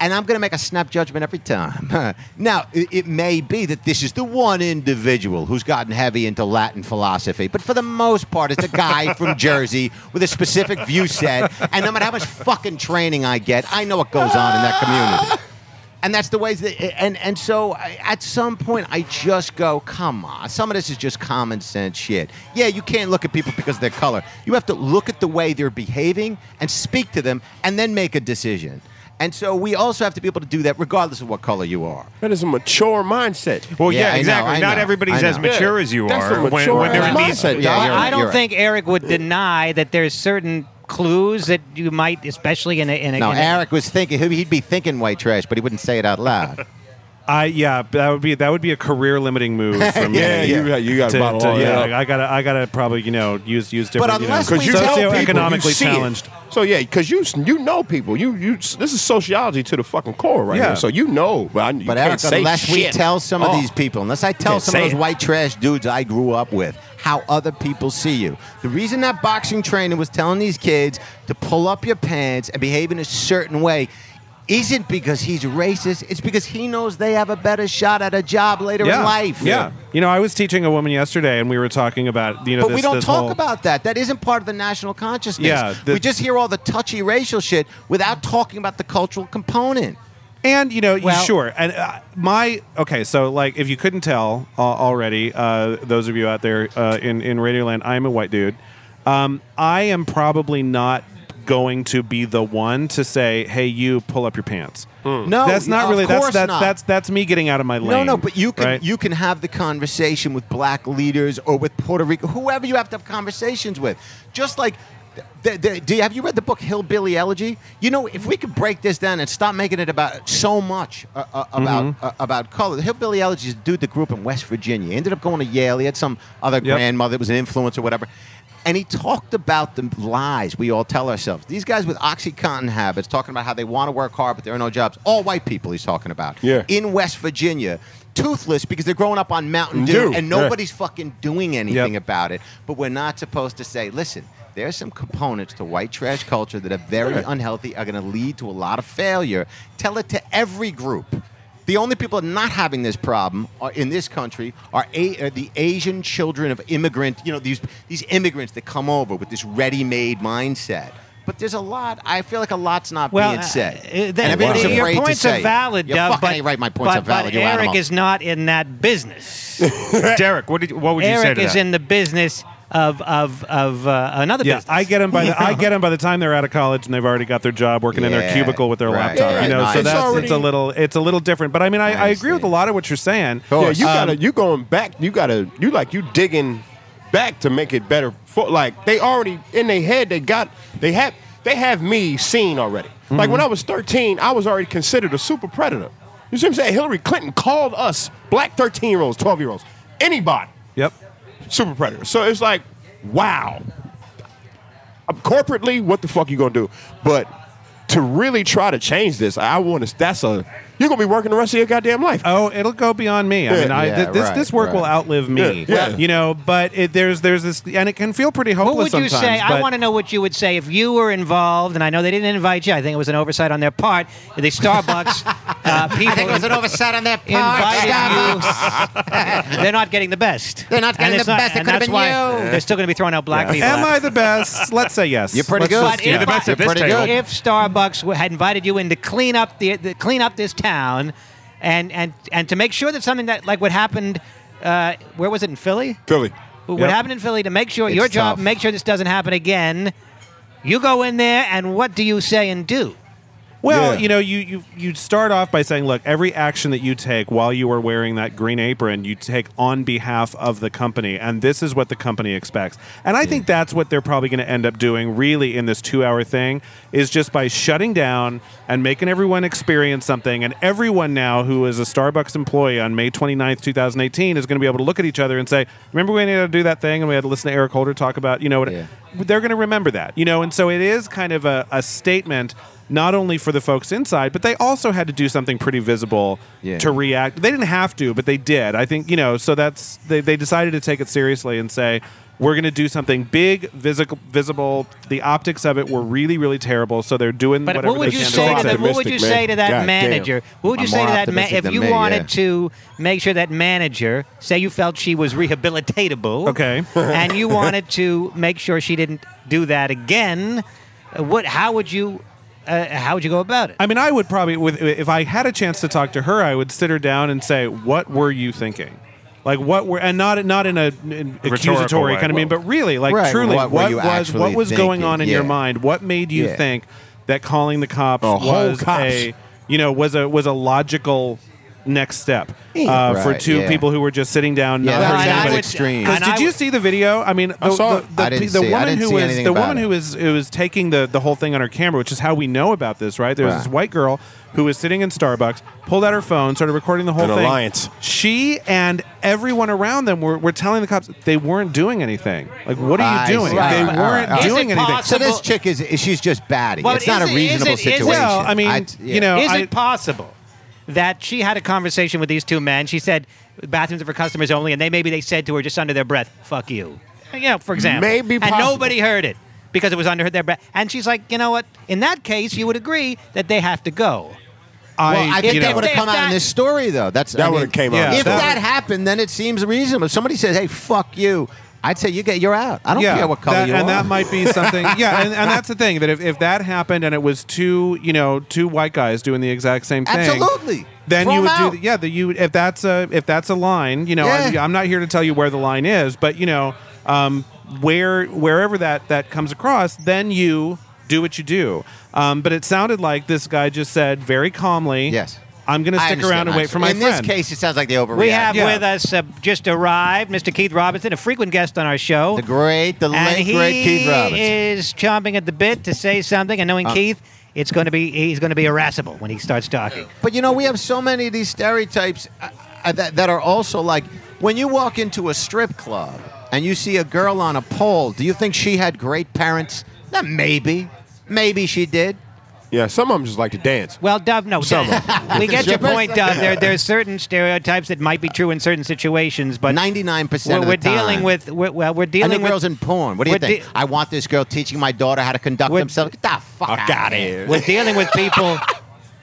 and I'm gonna make a snap judgment every time. now, it, it may be that this is the one individual who's gotten heavy into Latin philosophy, but for the most part, it's a guy from Jersey with a specific view set. And no matter how much fucking training I get, I know what goes on in that community and that's the ways that and and so I, at some point i just go come on some of this is just common sense shit yeah you can't look at people because of their color you have to look at the way they're behaving and speak to them and then make a decision and so we also have to be able to do that regardless of what color you are
That is a mature mindset.
Well,
Yeah, I
yeah,
know,
exactly.
I
Not
know,
everybody's
I
as
know.
mature as you
That's
are
a
when,
mature
when they're in
mindset.
these.
mindset. Yeah,
I-
you're
I,
right,
don't
you're right.
think Eric would deny that there's certain clues that you might, especially in a. In a
now
in a-
eric was thinking he'd be thinking white trash but he wouldn't say it out loud
I yeah, that would be that would be a career limiting move for me.
Yeah, you,
yeah.
you got
to,
to bottle
to-
all
yeah,
that up.
I gotta, I gotta probably, you know, use use different,
unless
you know,
we
Because you
tell
know
socioeconomically
people, you see it.
challenged.
So yeah, because you you know people. You you this is sociology to the fucking core right
Yeah.
here. So you know, but I, you
But
can't
Eric,
say
unless we
shit.
tell some
Oh.
of these people, unless I tell
Can't
some of
say
those
it.
white trash dudes I grew up with how other people see you. The reason that boxing trainer was telling these kids to pull up your pants and behave in a certain way isn't because he's racist. It's because he knows they have a better shot at a job later in life.
Yeah. You know, I was teaching a woman yesterday, and we were talking about you know.
But
this,
we don't
this
talk
whole-
about that. That isn't part of the national consciousness.
Yeah, the-
we just hear all the touchy racial shit without talking about the cultural component.
And you know, you-
Well-
sure. And uh, my okay, so like if you couldn't tell uh, already, uh, those of you out there uh, in in Radioland, I am a white dude. Um, I am probably not going to be the one to say, "Hey, you pull up your pants."
Hmm.
No,
that's not
of
really that's
course
that,
not.
that's that's me getting out of my lane.
No, no, but you can
right?
you can have the conversation with black leaders or with Puerto Rico, whoever you have to have conversations with. Just like, the, the, do you, have you read the book Hillbilly Elegy? You know, if we could break this down and stop making it about so much uh, uh, about
Mm-hmm.
uh, about color. The Hillbilly Elegy is a dude that grew up in West Virginia. He ended up going to Yale. He had some other
Yep.
grandmother that was an influence or whatever. And he talked about the lies we all tell ourselves. These guys with OxyContin habits talking about how they want to work hard, but there are no jobs. All white people he's talking about
Yeah.
in West Virginia, toothless because they're growing up on Mountain Dew,
Dew,
and
yeah.
nobody's fucking doing anything
Yep.
about it. But we're not supposed to say, listen, there's some components to white trash culture that are very unhealthy, are going to lead to a lot of failure. Tell it to every group. The only people not having this problem are, in this country are, a, are the Asian children of immigrant, you know, these, these immigrants that come over with this ready-made mindset. But there's a lot. I feel like a lot's not
Well,
being
uh,
said.
uh,
and
that-
everybody's
your
afraid
points
to say
are
it.
valid,
You're
Dove,
fucking
but,
ain't right. My points
but,
are valid.
But
you
Eric
animal.
is not in that business.
Derek, what did, what would you say
Eric
to
is
that?
in the business of of of uh, another
Yeah,
business.
I get them by the I get 'em by the time they're out of college and they've already got their job working in
Yeah,
their cubicle with their
right,
laptop.
right,
you know,
nice.
so
It's
that's it's a
already-
little it's a little different. But I mean, I, I agree with a
understand.
lot of what you're saying. Um,
Yeah, you gotta you going back. You gotta you like you digging back to make it better. For like they already in their head they got they have they have me seen already. Like when I was thirteen, I was already considered a super predator. You see what I'm saying? Hillary Clinton called us black thirteen year olds, twelve year olds, anybody
Yep.
super predator. So it's like wow. Uh, Corporately, what the fuck you gonna do? But to really try to change this, I want to. That's a you're gonna be working the rest of your goddamn life.
Oh, it'll go beyond me. I
Yeah.
mean, I,
Yeah,
th- this
right,
this work will
right.
outlive me.
Yeah, yeah.
You know, but it, there's there's this, and it can feel pretty
What
hopeless.
would you say?
sometimes,
I
but-
want to know what you would say if you were involved, and I know they didn't invite you. I think it was an oversight on their part. The Starbucks uh, people.
think it was an oversight on their part,
Invited you. They're not getting the best.
They're not
And
getting
it's
the best. It
and
could've
that's
been
why
you.
They're still going to be throwing out black people.
Am
out.
I the best? Let's say yes.
You're pretty
Let's
good.
But
just-
if,
the best
I-
at this
pretty
table.
good. if Starbucks w- had invited you in to clean up the, the clean up this town, and and and to make sure that something that like what happened, uh, where was it in Philly?
Philly.
What
Yep.
happened in Philly to make sure your
It's
job,
tough.
make sure this doesn't happen again. You go in there, and what do you say and do?
Well,
Yeah.
you know, you, you you start off by saying, look, every action that you take while you are wearing that green apron, you take on behalf of the company, and this is what the company expects. And I think that's what they're probably going to end up doing really in this 2-hour thing is just by shutting down and making everyone experience something and everyone now who is a Starbucks employee on May 29th, 2018 is going to be able to look at each other and say, "Remember when we had to do that thing and we had to listen to Eric Holder talk about, you know what?"
Yeah.
they're going to remember that, you know. And so it is kind of a, a statement, not only for the folks inside, but they also had to do something pretty visible
Yeah.
to react. They didn't have to, but they did. I think you know. So that's they, they decided to take it seriously and say. We're going to do something big, visible, visible. The optics of it were really, really terrible. So they're doing
But
whatever
what would
they
you
can
so
say? To the,
optimistic,
what would you
optimistic,
say
man.
to that
God damn.
manager? What would you
I'm
say
more
to that man
optimistic
if
than
you
me,
wanted
yeah.
to make sure that manager say you felt she was rehabilitatable?
Okay.
and you wanted to make sure she didn't do that again. uh, What? How would you? Uh, how would you go about it?
I mean, I would probably, with, if I had a chance to talk to her, I would sit her down and say, "What were you thinking? Like, what were, and not not in a in accusatory
way.
kind of mean, but really, like,
Right,
truly,
what
what,
were you
was what
actually
was going on in
thinking?
your
Yeah.
mind? What made you
Yeah.
think that calling the cops
Oh, whole
was
cops.
a, you know, was a was a logical next step uh, for
right,
two
yeah.
people who were just sitting down,
Yeah,
not
that
hurting
was- that was
anybody.
extreme.
Because
And
did
I
you
would-
see the video? I mean, the,
saw
the,
it.
the,
I didn't
pe- the
see it. I
woman
didn't
who
see
was
anything
the
about
woman
it.
who was who was taking the the whole thing on her camera, which is how we know about this, right? There was
Right.
this white girl who was sitting in Starbucks, pulled out her phone, started recording the whole
An
thing.
alliance.
She and everyone around them were, were telling the cops they weren't doing anything. Like, what are
I
you doing?
see.
They
Right.
weren't
All right.
doing
Is it
anything.
possible-
So this chick is she's just batty.
Well,
it's not a
is it- is
reasonable
it- is it-
situation.
Well, I mean,
yeah.
you know,
is
I-
it possible that she had a conversation with these two men? She said, "Bathrooms are for customers only," and they maybe they said to her just under their breath, "Fuck you," you know, for example.
Maybe
and
possible.
nobody heard it because it was under their breath. And she's like, "You know what? In that case, you would agree that they have to go."
I,
Well, I think
you
that
know,
would have come out in
that-
this story, though. That's
That
I mean,
would've came out.
Yeah,
If
that-
that happened, then it seems reasonable. If somebody says, "Hey, fuck you," I'd say you get you're out. I don't care what color
that-
you
and
are.
that might be something. yeah, and, and that's the thing that if, if that happened and it was two, you know, two white guys doing the exact same thing,
Absolutely.
then
Throw
you
'em
would do
out.
do. Yeah, the, you if that's a if that's a line, you know, I'm,
Yeah.
I'm not here to tell you where the line is, but you know, um, where wherever that that comes across, then you do what you do. Um, but it sounded like this guy just said very calmly,
Yes.
I'm going to
I
stick
understand,
around and
I
wait for my
understand. In
friend."
this case, it sounds like they overreacted.
We have
Yeah.
with us uh, just arrived Mr. Keith Robinson, a frequent guest on our show.
the great, the
and
late
he
great Keith Uh. Roberts.
is chomping at the bit to say something. And knowing Keith, it's going to be he's going to be irascible when he starts talking.
But you know, we have so many of these stereotypes uh, uh, that, that are also like when you walk into a strip club and you see a girl on a pole. Do you think she had great parents? Not maybe, maybe she did.
Yeah, some of them just like to dance.
Well, Dove, no,
Some
Dove,
of them.
we get your
Strippers.
point, Dove. There, there's certain stereotypes that might be true in certain situations, but
Ninety-nine percent
we're,
of
we're
the time.
dealing with we're, well, we're
And the
dealing with
girls in porn. What do you
we're
think?
de-
I want this girl teaching my daughter how to conduct
We're-
themselves. Get the fuck
Oh,
I
out
got
of
it.
we're dealing with people.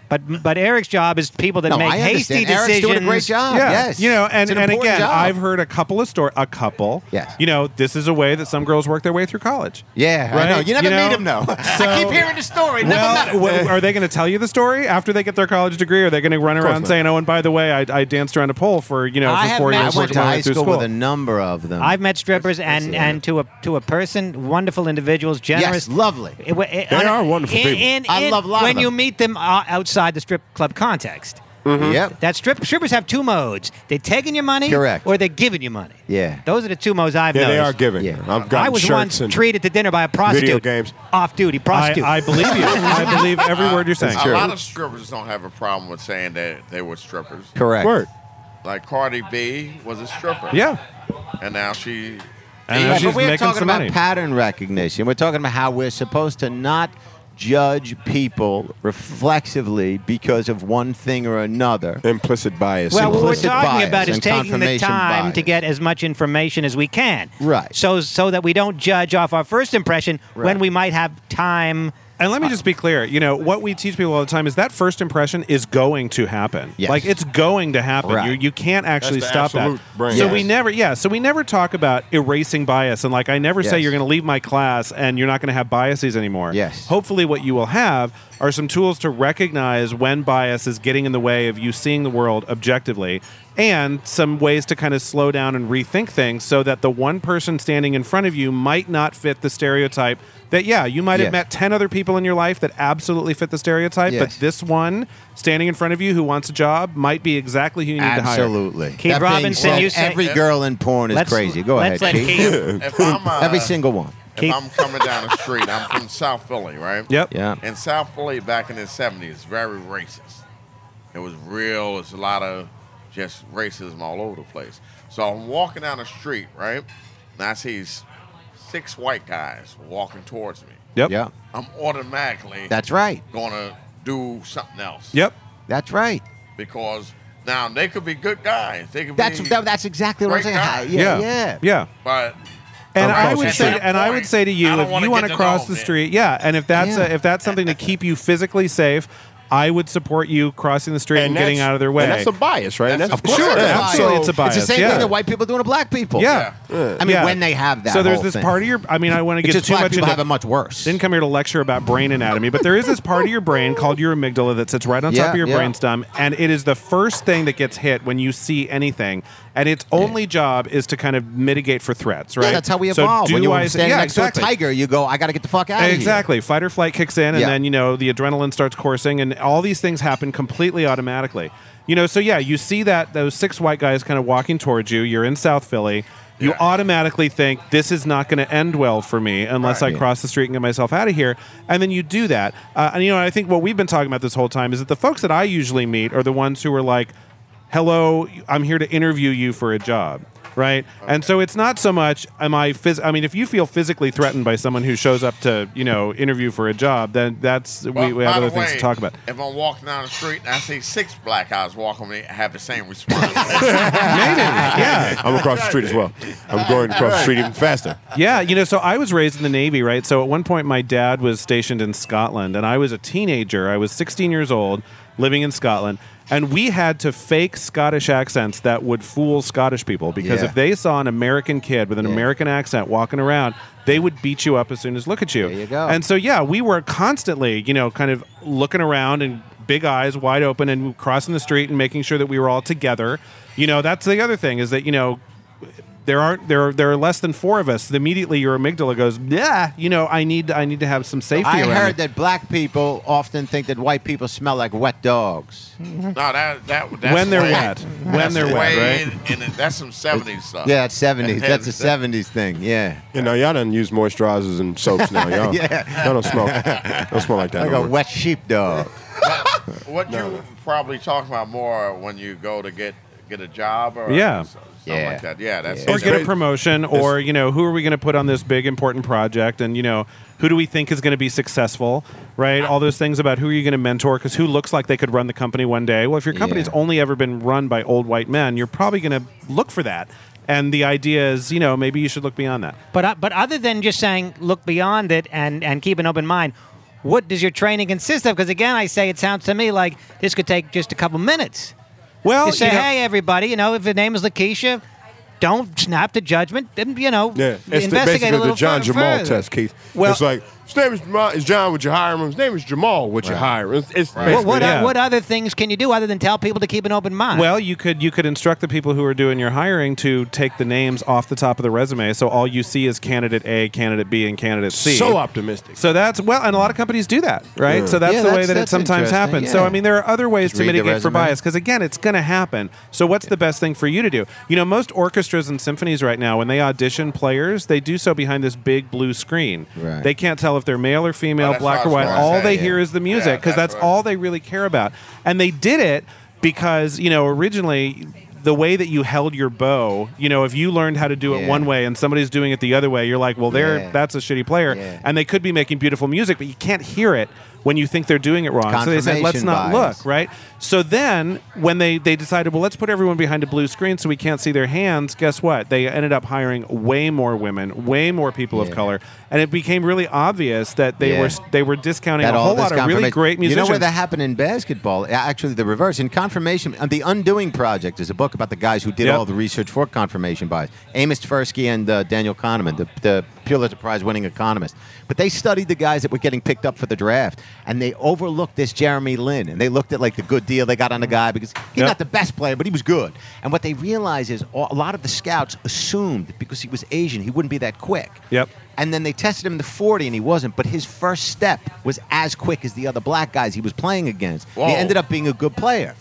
But but Eric's job is people that
No,
make
I
hasty
understand. Eric's
decisions.
doing a great job.
Yeah.
Yes.
You know, and,
It's an
and
important
again,
job.
I've heard a couple of story, a couple.
Yes.
You know, this is a way that some girls work their way through college.
Yeah,
Right?
I know. You never
You know?
meet him though. I keep hearing the story. Never met
Well,
him.
w- are they going to tell you the story after they get their college degree? Are they going to run around
not.
saying, "Oh, and by the way, I, I danced around a pole for you know
I
for
have
four
met-
years
I went
working
to
my way
high
through
school, with a number of them.
I've met strippers and, and to a to a person, wonderful individuals, generous,
yes, lovely.
It wa- it-
They
on-
are wonderful
in-
people.
in-
I
in-
love a lot of
When you
them.
meet them uh, outside the strip club context,
Yep.
that strip strippers have two modes: they're taking your money,
Correct.
or they're giving you money.
Yeah.
those are the two modes I've
Yeah, they are
noticed.
giving.
Yeah.
I've got
I was
shirts
once
and
treated to dinner by a prostitute.
games.
Off-duty prostitute.
I, I believe you. I believe every word you're saying.
A lot of strippers don't have a problem with saying that they were strippers.
Correct.
Word.
Like Cardi B was a stripper.
Yeah.
And now she.
And now
Yeah,
she's
but we're
making
talking
some
about
money.
pattern recognition. We're talking about how we're supposed to not judge people reflexively because of one thing or another.
implicit bias.
Well, what we're
Implicit
talking
bias
about is
and
taking the
confirmation
time
bias.
to get as much information as we can.
Right.
So so that we don't judge off our first impression when
Right.
we might have time.
And let me just be clear. You know what we teach people all the time is that first impression is going to happen.
Yes.
Like it's going to happen.
Right.
You you can't actually
That's the
stop that.
absolute brain.
So
Yes.
we never yeah. So we never talk about erasing bias and like I never say
Yes.
you're going to leave my class and you're not going to have biases anymore.
Yes.
Hopefully, what you will have are some tools to recognize when bias is getting in the way of you seeing the world objectively. and some ways to kind of slow down and rethink things so that the one person standing in front of you might not fit the stereotype that yeah you might have
Yes.
met 10 other people in your life that absolutely fit the stereotype but
Yes.
this one standing in front of you who wants a job might be exactly who you need to hire
Absolutely.
Keith
being
Robinson,
said,
you said-
uh,
every girl in porn is
Let's-
crazy. Go
let's
ahead.
let
Keith.
If I'm uh,
Every single one.
if I'm coming down the street, I'm from South Philly, right?
yep
Yeah.
In South Philly, back in the '70s, very racist. It was real. There's a lot of just racism all over the place. So I'm walking down the street, right, and I see s- six white guys walking towards me.
yep
Yeah.
I'm automatically
That's right.
going to do something else.
yep
That's right.
Because now they could be good guys. They could
That's
be.
that, that's exactly what I'm
Great
saying.
guy.
Hi- Yeah,
yeah
yeah.
yeah
but
And
Don't
I
cross
would
the
say,
street.
and I would say to you,
I don't
if
wanna
you
get
want to cross the
involved in-
street, yeah, and if that's
Yeah.
A, if that's something to keep you physically safe, I would support you crossing the street and, getting
that's-
out of their way.
And that's a bias, right? And
That's-
that's,
Of course
Sure,
It's a
Yeah,
bias.
absolutely, it's a bias.
It's the same
yeah.
thing that white people do to black people.
Yeah.
I mean,
Yeah.
when they have that.
So there's
whole
this
thing.
part of your. I mean, I want to
It's
get
just
too
black
much
people
into.
have it much worse.
didn't come here to lecture about brain anatomy, but there is this part of your brain called your amygdala that sits right on top
Yeah,
of your
yeah.
brainstem, and it is the first thing that gets hit when you see anything. And its only job is to kind of mitigate for threats, right?
Yeah, that's how we
So
evolve. when
do
you're
I-
standing
yeah,
next
exactly.
to a tiger, you go, I got to get the fuck out of here.
Exactly. Fight or flight kicks in, and
Yeah.
then, you know, the adrenaline starts coursing, and all these things happen completely automatically. You know, so yeah, you see that those six white guys kind of walking towards you. You're in South Philly. You
Yeah.
automatically think this is not going to end well for me unless I cross the street and get myself out of here. And then you do that. Uh, and, you know, I think what we've been talking about this whole time is that the folks that I usually meet are the ones who are like, hello, I'm here to interview you for a job. Right, and so it's not so much am I phys- I mean, if you feel physically threatened by someone who shows up to you know interview for a job, then that's we,
Well,
we have
by
other
the
things to
way,
talk about.
If I'm walking down the street and I see six black guys walking with me, I have the same response.
yeah,
I'm across the street as well. I'm going across the street even faster.
yeah, you know. So I was raised in the Navy, right? So at one point, my dad was stationed in Scotland, and I was a teenager. I was 16 years old, living in Scotland, and we had to fake Scottish accents that would fool Scottish people because
Yeah.
if they saw an American kid with an American accent walking around, they would beat you up as soon as look at you.
There you go.
And so yeah, we were constantly, you know, kind of looking around and big eyes wide open and crossing the street and making sure that we were all together. You know, that's the other thing is that, you know, there aren't there are, there are less than four of us. Immediately your amygdala goes, "Yeah, you know, I need I need to have some safety
I
around me."
heard that black people often think that white people smell like wet dogs.
no, that, that, that's
When they're
way-
wet. When
that's
they're wet,
way
right?
in- in the- that's some 70s stuff.
Yeah, it's 70s.
Yeah,
That's a
that-
70s thing. Yeah.
You know, y'all don't use moisturizers and soaps now. Y'all, y'all don't smell. Don't smell like that.
Like
no
a
more.
wet sheep dog.
What you probably talking about more when you go to get get a job or
Yeah.
something
Yeah.
like that. Yeah, that's
or
It's
get a
ba-
promotion or you know who are we going to put on this big important project and you know who do we think is going to be successful right all those things about who are you going to mentor because who looks like they could run the company one day well if your company's
Yeah.
only ever been run by old white men you're probably going to look for that and the idea is you know maybe you should look beyond that
But uh, but other than just saying look beyond it and and keep an open mind, what does your training consist of? Because again, I say it sounds to me like this could take just a couple minutes.
well
Oh, you say,
you know-
hey, everybody, you know, if your name is Lakeisha, don't snap to judgment. Then, You know,
Yeah, it's the,
investigate
basically
a little
the John
fur-
Jamal
further.
test, Keith.
Well-
it's like his name is Jamal, is John. Would you hire him? His name is Jamal. Would you hire him? It's, it's
What,
basically
what,
Yeah.
what other things can you do other than tell people to keep an open mind?
Well, you could you could instruct the people who are doing your hiring to take the names off the top of the resume, so all you see is candidate A, candidate B, and candidate C.
So optimistic.
So that's well, and a lot of companies do that, right?
Yeah.
So that's
Yeah,
the way
that's-
that it
that's
sometimes
interesting,
happens. So
yeah.
I mean, there are other ways
Just
to
read the
mitigate for
resume.
bias because again, it's going to happen. So what's the best thing for you to do? You know, most orchestras and symphonies right now, when they audition players, they do so behind this big blue screen.
Right.
They can't tell if they're male or female,
Oh, that's
black
what
or
I was
white.
gonna
All
say,
they
yeah.
hear is the music
Yeah,
because that's
that's what-
all they really care about. And they did it because, you know, originally the way that you held your bow, you know, if you learned how to do it
Yeah.
one way and somebody's doing it the other way, you're like, well, they're
Yeah.
that's a shitty player.
Yeah.
And they could be making beautiful music, but you can't hear it when you think they're doing it wrong. So they said, let's
Confirmation
not
bias.
look, right? So then when they, they decided, well, let's put everyone behind a blue screen so we can't see their hands, guess what? They ended up hiring way more women, way more people of
Yeah.
color. And it became really obvious that they
Yeah.
were they were discounting
That
a
all
whole
this
lot of really
confirmation-
great
You
musicians.
know where that happened in basketball? A- Actually, the reverse. In confirmation, uh, the Undoing Project is a book about the guys who did
Yep.
all the research for confirmation bias. Amos Tversky and uh, Daniel Kahneman, the, the Pulitzer Prize winning economist. But they studied the guys that were getting picked up for the draft, and they overlooked this Jeremy Lin, and they looked at like the good deal they got on the guy because he's
Yep.
not the best player, but he was good. And what they realized is a lot of the scouts assumed because he was Asian, he wouldn't be that quick.
Yep.
And then they tested him to 40, and he wasn't. But his first step was as quick as the other black guys he was playing against.
Whoa.
He ended up being a good player.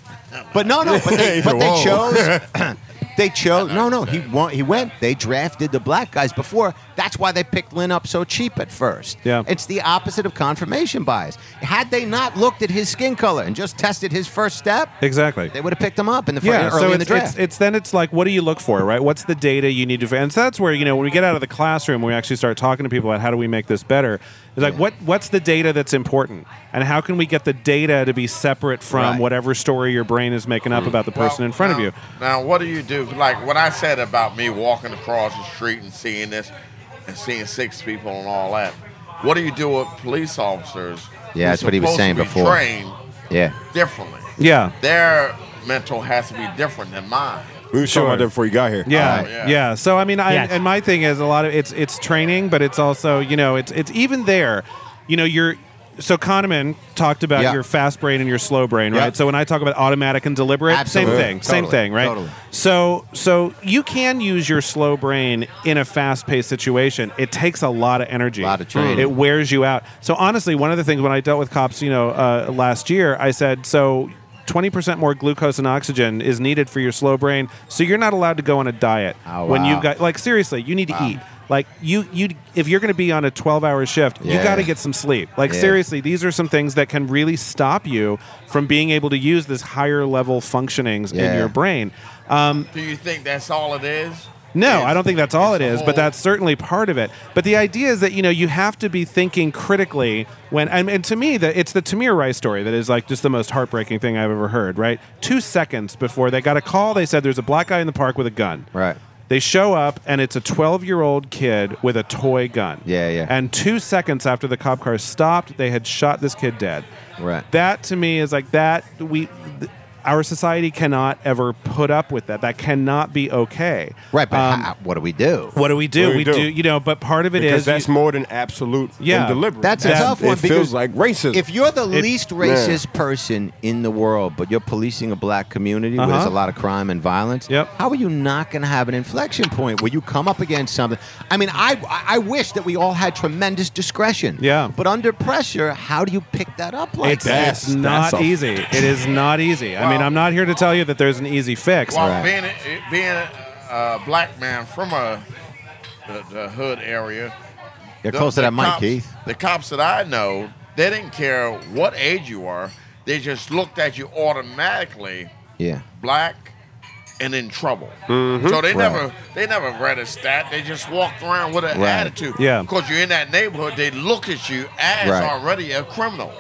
But no, no. But they, but they chose. they chose. No, no. He won, he went. They drafted the black guys before. That's why they picked Lynn up so cheap at first.
Yeah.
It's the opposite of confirmation bias. Had they not looked at his skin color and just tested his first step,
Exactly.
they would have picked him up in the fir-
Yeah,
early
so
in the
it's,
draft.
it's it's then it's like what do you look for, right? What's the data you need to and so that's where you know when we get out of the classroom, we actually start talking to people about how do we make this better. It's like what what's the data that's important, and how can we get the data to be separate from
Right. Mm.
whatever story your brain is making up about the person
Well,
in front of
now-
you?
Now, what do you do? Like what I said about me walking across the street and seeing this and seeing six people and all that. What do you do with police officers?
Yeah,
who's
that's what he was
supposed to
saying
be
before.
Trained
yeah.
differently.
Yeah,
Their mental has to be different than mine.
We were sure. about that before you got here.
Yeah,
Oh,
yeah,
yeah.
So I mean, I,
Yes.
and my thing is a lot of it's it's training, but it's also you know it's it's even there, you know you're. So Kahneman talked about
Yeah.
your fast brain and your slow brain, right?
Yep.
So when I talk about automatic and deliberate,
Absolutely.
same thing, same
Totally.
thing, right?
Totally.
So so you can use your slow brain in a fast-paced situation. It takes a lot of energy.
Lot of training.
It wears you out. So honestly, one of the things when I dealt with cops, you know, uh, last year, I said so. 20% more glucose and oxygen is needed for your slow brain. So you're not allowed to go on a diet
Oh,
when
wow.
you've got like seriously, you need to eat. Like you you if you're going to be on a 12-hour shift, you
Yeah.
got to get some sleep. Like
Yeah.
seriously, these are some things that can really stop you from being able to use this higher level functionings in
Yeah.
your brain. Um,
Do you think that's all it is?
no,
It's-
I don't think that's all it
it's a
is, but
whole-
that's certainly part of it. But the idea is that you know you have to be thinking critically when, and, and to me, that it's the Tamir Rice story that is like just the most heartbreaking thing I've ever heard. Right, two seconds before they got a call, they said there's a black guy in the park with a gun.
Right.
They show up and it's a 12 year old kid with a toy gun.
Yeah, yeah.
And two seconds after the cop car stopped, they had shot this kid dead.
Right.
That to me is like that we. Th- our society cannot ever put up with that. That cannot be okay.
Right, but
Um,
how, what do we do?
what do we do?
What do
we
we
do?
do?
you know, but part of it is
Because that's
you-
more than absolute
Yeah.
and deliberate.
That's a
That-
tough one
It
because
feels like racism.
if you're the
It-
least racist person in the world, but you're policing a black community where there's a
Uh-huh.
lot of crime and violence,
Yep.
how are you not going to have an inflection point where you come up against something? I mean, I I wish that we all had tremendous discretion.
Yeah.
But under pressure, how do you pick that up like
it's,
that?
it's not
that's a-
easy. It is not easy. I mean,
Well-
I'm not here to tell you that there's an easy fix.
Well,
Right.
being a, being a, a black man from a the, the hood area,
You're
the-
close to
the
that mic,
cops-
Keith.
The cops that I know, they didn't care what age you are. They just looked at you automatically
Yeah.
black and in trouble.
Mm-hmm.
So they never they never read a stat. They just walked around with an
Right.
attitude.
Yeah.
Because you're in that neighborhood, they look at you as
Right.
already a criminal.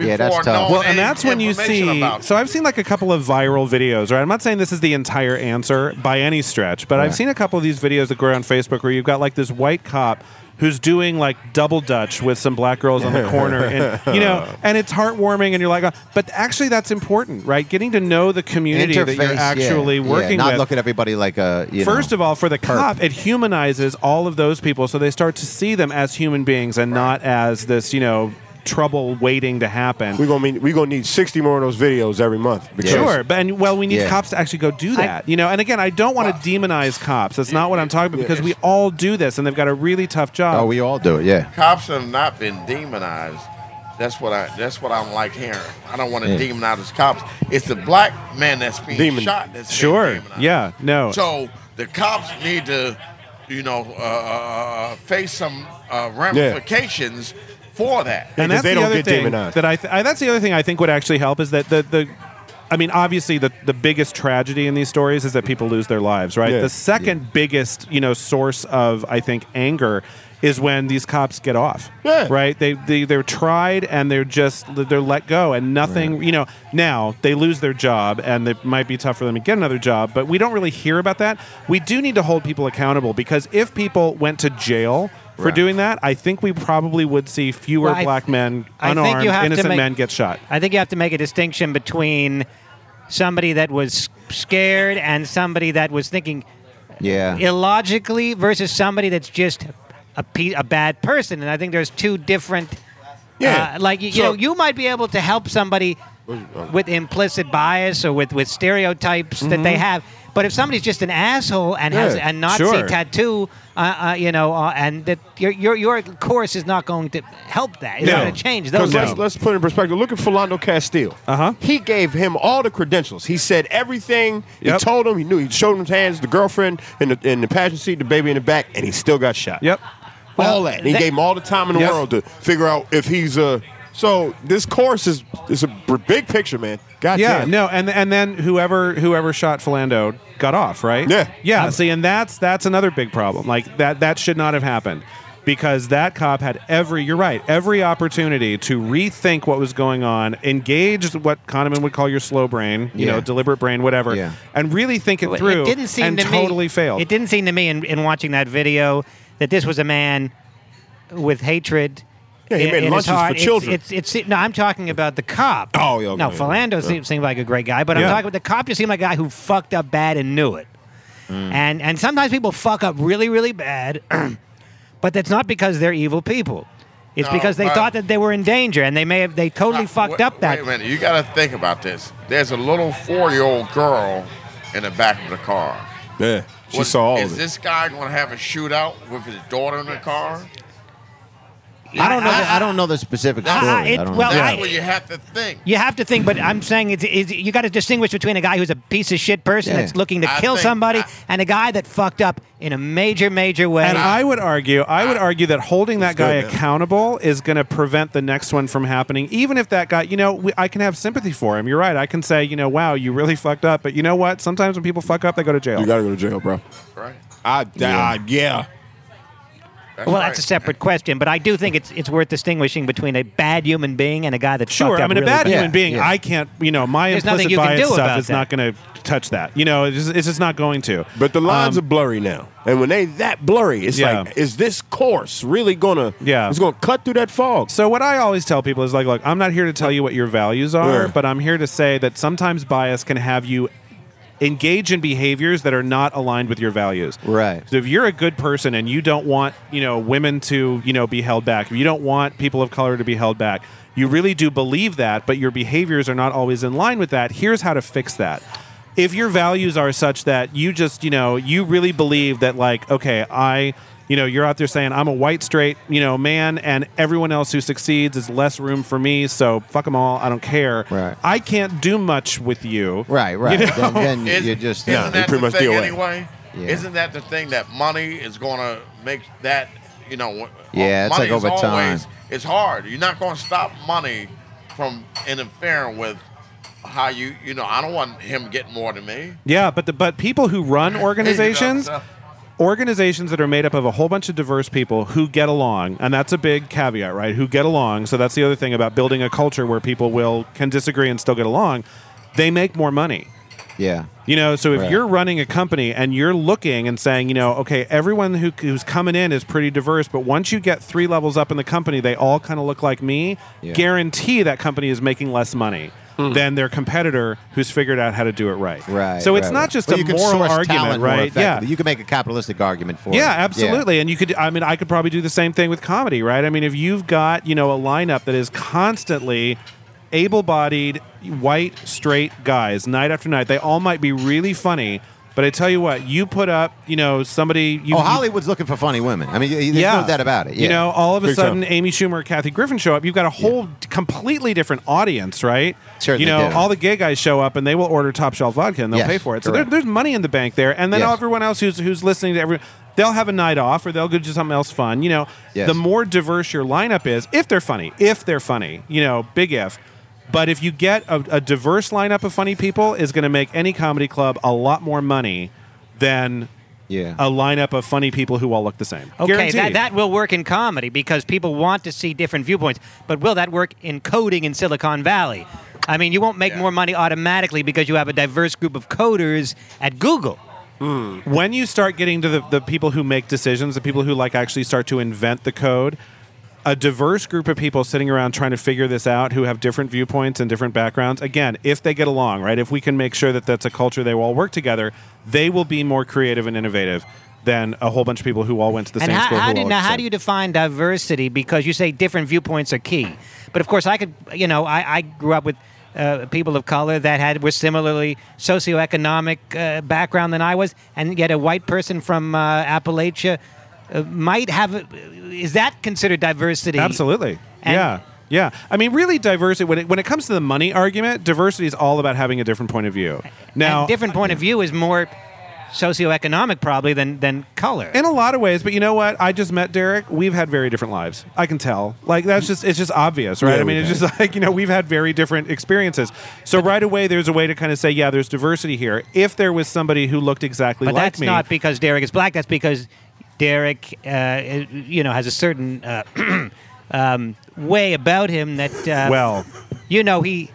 Yeah, that's
before
tough.
knowing
well, and that's when you
information
see.
about
So I've seen like a couple of viral videos, right? I'm not saying this is the entire answer by any stretch, but I've
Right.
seen a couple of these videos that go around Facebook where you've got like this white cop who's doing like double dutch with some black girls on the corner and you know and it's heartwarming and you're like oh, but actually that's important right getting to know the community
Interface,
that you're actually
yeah, yeah,
working
not
with
look at everybody like a. You
First
know.
of all, for the cop, it humanizes all of those people, so they start to see them as human beings and not as this, you know, trouble waiting to happen.
we're gonna mean, we gonna need sixty more of those videos every month. Because
Sure, Uh, but and, well, we need
Yeah.
cops to actually go do that, you know. And again, I don't want to demonize cops. That's not what I'm talking about because we all do this, and they've got a really tough job.
oh, we all do it. Yeah.
cops have not been demonized. That's what I. That's what I'm like hearing. I don't want to demonize these cops. It's the black man that's being
Demon.
shot. That's being
sure,
demonized.
yeah, no,
So the cops need to, you know, uh, uh, face some uh, ramifications for that.
and
because
that's
they
the
don't
other
get
thing
demonized.
that I, th- I that's the other thing I think would actually help is that the the I mean obviously the the biggest tragedy in these stories is that people lose their lives right
Yeah.
the second biggest you know source of I think anger is when these cops get off
Yeah.
right they, they they're tried and they're just they're let go and nothing you know now they lose their job and it might be tough for them to get another job but we don't really hear about that we do need to hold people accountable because if people went to jail for doing that, I think we probably would see fewer
Well, I-
black men
I
unarmed,
think you have to
innocent
make-
men get shot.
I think you have to make a distinction between somebody that was scared and somebody that was thinking
Yeah.
illogically versus somebody that's just a, pe- a bad person. And I think there's two different.
Yeah.
Uh, like you, you
So-
know, you might be able to help somebody with implicit bias or with, with stereotypes that they have. But if somebody's just an asshole and has
Mm-hmm. Yeah,
a Nazi
sure.
tattoo, uh, uh, you know, uh, and that your, your your course is not going to help that. It's not going to change those.
'Cause Let's,
things.
let's put it in perspective. Look at Philando Castile. Uh huh. He gave him all the credentials. He said everything.
Yep.
He told him. He knew. He showed him his hands, the girlfriend in the in the passenger seat, the baby in the back, and he still got shot.
Yep.
all that. And he
that-
gave him all the time in the
Yes.
world to figure out if he's a. So this course is is a b- big picture, man. God
Yeah,
damn.
no, and and then whoever whoever shot Philando got off, right?
Yeah.
yeah. see, and that's that's another big problem. Like that that should not have happened because that cop had every you're right every opportunity to rethink what was going on, engage what Kahneman would call your slow brain, you
Yeah.
know, deliberate brain, whatever,
Yeah.
and really think it
But
through.
It didn't seem
and
to
totally
me,
failed.
It didn't seem to me in, in watching that video that this was a man with hatred.
Yeah, he
in-
made
in his
lunches for
heart. It's-
children.
It's, it's, no, I'm talking about the cop.
Oh, yeah, okay,
No,
yeah,
Philando seemed, seemed like a great guy, but I'm
Yeah.
talking about the cop. Just seemed like a guy who fucked up bad and knew it.
Mm.
And and sometimes people fuck up really really bad, but that's not because they're evil people. It's
No,
because they
but-
thought that they were in danger and they may have they totally
Uh,
fucked
wa-
up that.
Wait a minute. You got to think about this. There's a little four-year-old girl in the back of the car.
Yeah. She
What-
saw all
Is
of it.
this guy going to have a shootout with his daughter in the car?
I don't know.
I-
I, don't know the specific
I-
story.
I- it-
I don't
well,
know.
I-
That's what you have to think.
You have to think, but I'm saying it's, it's, you got to distinguish between a guy who's a piece of shit person
Yeah.
that's looking to
I
kill
think-
somebody
I-
and a guy that fucked up in a major, major way.
And I would argue, I would argue that holding that guy
good, man.
accountable is going to prevent the next one from happening. Even if that guy, you know, we, I can have sympathy for him. You're right. I can say, you know, wow, you really fucked up. But you know what? Sometimes when people fuck up, they go to jail.
You gotta go to jail, bro.
Right.
I yeah. yeah.
That's
well,
right.
that's a separate question, but I do think it's it's worth distinguishing between a bad human being and a guy that's
Sure,
Fucked
I
up
mean, a
really
bad
bad.
human being, I can't, you know, my
There's nothing
implicit
you can
bias
do
stuff
about
is not
that.
going to touch that. You know, it's just, it's just not going to.
But the lines
Um,
are blurry now, and when they that blurry, it's
Yeah.
like, is this course really gonna?
Yeah.
it's gonna cut through that fog.
So what I always tell people is like, look, I'm not here to tell you what your values are,
Yeah.
but I'm here to say that sometimes bias can have you engage in behaviors that are not aligned with your values.
Right.
So if you're a good person and you don't want, you know, women to, you know, be held back, if you don't want people of color to be held back, you really do believe that, but your behaviors are not always in line with that. Here's how to fix that. If your values are such that you just, you know, you really believe that like, okay, I you know, you're out there saying I'm a white straight, you know, man, and everyone else who succeeds is less room for me. So fuck them all. I don't care.
Right.
I can't do much with you.
right, right.
You know?
then, then
Is-
you just uh,
isn't
Yeah,
that
pretty
the
much
thing
DOA.
anyway?
Yeah.
Isn't that the thing that money is going to make that you know?
Yeah, it's
money
like over
is
time.
always- It's hard. You're not going to stop money from interfering with how you you know. I don't want him getting more than me.
Yeah, but the but people who run organizations,
so-
organizations that are made up of a whole bunch of diverse people who get along, and that's a big caveat, right? Who get along. So that's the other thing about building a culture where people will can disagree and still get along. They make more money.
yeah.
You know, so if
Right.
you're running a company and you're looking and saying, you know, okay, everyone who, who's coming in is pretty diverse, but once you get three levels up in the company, they all kind of look like me,
Yeah.
guarantee that company is making less money
Hmm.
than their competitor who's figured out how to do it right.
Right.
So it's
right,
not
right.
just
Well,
a
you can
moral
source
argument,
talent more
right?
effectively.
Yeah.
You can make a capitalistic argument for it.
Yeah, absolutely. And you could, I mean, I could probably do the same thing with comedy, right? I mean, if you've got, you know, a lineup that is constantly able bodied, white, straight guys, night after night, they all might be really funny. But I tell you what, you put up, you know, somebody. You,
Oh,
you-
Hollywood's looking for funny women. I mean, y- y- there's
yeah.
no doubt about it. Yeah.
You know, all of a
Big
sudden,
time.
Amy Schumer, Kathy Griffin show up. You've got a whole completely different audience, right?
Certainly
You know,
do.
all the gay guys show up and they will order top shelf vodka and they'll
Yes,
pay for it. So there,
correct.
there's money in the bank there, and then
Yes.
everyone else who's who's listening to every. They'll have a night off, or they'll go do something else fun. You know,
Yes.
the more diverse your lineup is, if they're funny, if they're funny, you know, big if. But if you get a, a diverse lineup of funny people, is going to make any comedy club a lot more money than
Yeah.
a lineup of funny people who all look the same.
Okay,
Guaranteed.
that, that will work in comedy because people want to see different viewpoints. But will that work in coding in Silicon Valley? I mean, you won't make
Yeah.
more money automatically because you have a diverse group of coders at Google.
when you start getting to the, the people who make decisions, the people who like actually start to invent the code, a diverse group of people sitting around trying to figure this out who have different viewpoints and different backgrounds. Again, if they get along, right? If we can make sure that that's a culture they will all work together, they will be more creative and innovative. than a whole bunch of people who all went to the
and
same
how,
school. who
how, do,
all
now,
looked
how
the same.
do you define diversity? Because you say different viewpoints are key. But of course, I could, you know, I, I grew up with uh, people of color that had were similarly socioeconomic uh, background than I was, and yet a white person from uh, Appalachia uh, might have. A, is that considered diversity?
Absolutely.
And-
yeah. Yeah. I mean, really, diversity, when it, when it comes to the money argument, diversity is all about having a different point of view. Now,
and different point of view is more socioeconomic probably than than color.
in a lot of ways, but you know what? I just met Derek. We've had very different lives. I can tell. Like, that's just, it's just obvious, right?
Yeah,
I mean,
we
it's
have.
just like, you know, we've had very different experiences. So right away, there's a way to kind of say, yeah, there's diversity here. If there was somebody who looked exactly
but
like
that's
me.
not because Derek is black. That's because Derek, uh, you know, has a certain uh, um, way about him that. Uh,
well,
you know, he.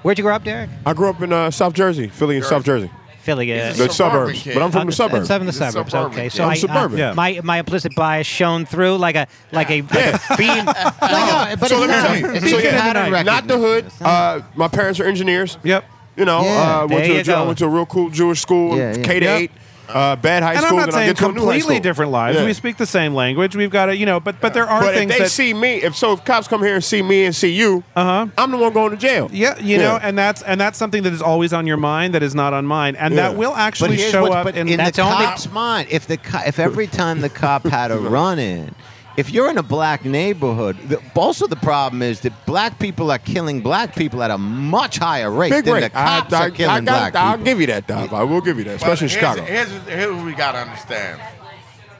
Where'd you grow up, Derek?
I grew up in uh, South Jersey, Philly and South Jersey.
Philly. Uh,
He's a
The
suburban
suburbs.
kid.
But I'm from
uh,
the suburbs.
Southern the
He's a
suburbs.
suburban
Okay,
kid.
so
I'm
I, uh,
suburban.
Yeah.
my my implicit bias shone through like a like a, like a beam. Like a- but it's
So let me
not-
tell you.
it's
So
not-
yeah,
pattern
not,
recognition.
the hood. Uh, my parents are engineers.
Yep.
You know,
Yeah.
uh, went,
There
to
you
a, Jew- I
go.
went to a real cool Jewish school,
Yeah, yeah.
K to
Yep.
eight, uh, bad high
and I'm
school.
not
then I
saying
get to a new high
completely
school.
different lives.
Yeah.
We speak the same language. We've got to, you know, but but there are
But if
things
they
that
see me, if so, if cops come here and see me and see you, uh-huh. I'm the one going to jail.
Yeah, you know, and that's and that's something that is always on your mind that is not on mine, and
Yeah.
that will
But
actually
here's
show
what's-
up
but
in,
in the
That's only-
cop's mind. If the co- if every time the cop had a run in, if you're in a black neighborhood, the, also the problem is that black people are killing black people at a much higher rate
Big
than
rate.
the cops are killing black
I'll
people.
give you that, Doc. I will give you that,
But
especially in
here's-
Chicago.
Here's, here's what we got to understand.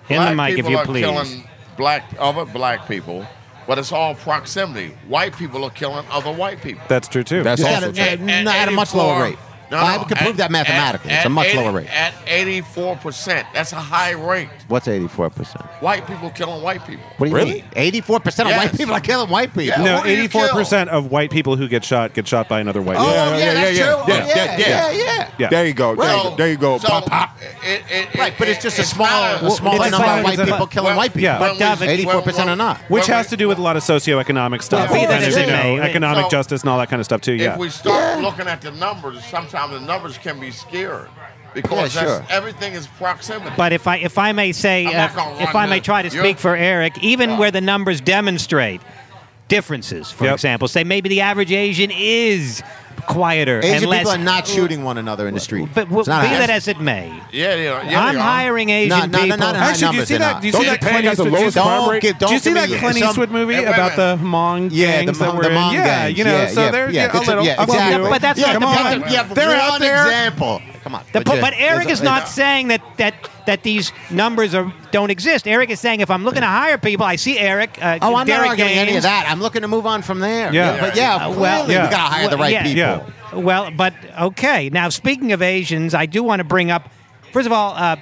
In the mic, if
people
you
are
please.
killing black other black people, but it's all proximity. White people are killing other white people.
that's true too.
That's
Just
all.
at a, at- not at a much lower
84
rate.
No,
I
no,
can prove
at-
that mathematically. it's a much
80
lower rate.
At 84%. That's a high rate.
What's 84%?
White people killing white people.
What do you
Really?
mean? 84% of white
Yes.
people are killing white people.
Yeah.
no,
Who do you
eighty-four percent of white people who get shot get shot by another white.
Oh,
man.
yeah,
yeah,
that's
yeah,
true.
yeah,
oh, yeah,
yeah,
yeah,
yeah.
yeah.
Yeah.
There you go. There you
So-
go. There you go.
so
pop, pop.
it- it- it-
Right, but it's just a
it's
smaller,
not
a smaller
it's
number
fine,
of white
it's
people
fine.
killing white people.
yeah.
when we-
But David-
84% or not.
Which
when
has
we-
to do with a lot of socioeconomic stuff,
Well,
and
that's
as you
it.
know,
Yeah.
economic
So,
justice and all that kind of stuff too. Yeah,
If we start looking at the numbers, sometimes the numbers can be scared because
Yeah,
that's,
sure.
everything is proximity.
But if I if I may say,
I'm not
uh,
gonna
if
run
I may
the-
try to
you're-
speak for Eric, even where the numbers demonstrate differences, for
Yep.
example, say maybe the average Asian is quieter and
Asian
less.
people are not shooting one another in the street.
but w-
It's not
be
happening.
that as it may,
yeah, yeah, yeah,
I'm
they are.
hiring Asian
Not- not-
people.
not- not-
actually, do you
numbers
see
are
that?
not.
Do you see
Don't
that
Japan
Clint
got the
Eastwood?
lowest
do you-
crime
don't
rate?
get,
do
don't
you see that
believe it.
Clint
Some-
Eastwood movie
Hey, wait a
about the
minute.
Hmong
Yeah, the
gangs that
Hmong-
were
the
in?
Hmong
yeah,
gangs.
you know,
Yeah,
so
yeah,
they're
yeah,
a
good to-
little.
yeah,
a few.
exactly.
But that's
Yeah,
not
come
the
on.
best-
You have
They're out
one
there.
example. Come on.
The po-
you-
but Eric is not
Yeah.
saying that that that these numbers are don't exist. Eric is saying if I'm looking to hire people, I see Eric. Uh,
Oh, I'm
Derek
not arguing any
Gaines,
of that. I'm looking to move on from there.
Yeah.
but yeah,
Uh,
clearly
well-
we gotta hire the
Well,
right
yeah.
people.
Yeah.
Well, but okay. Now, speaking of Asians, I do want to bring up. First of all, uh,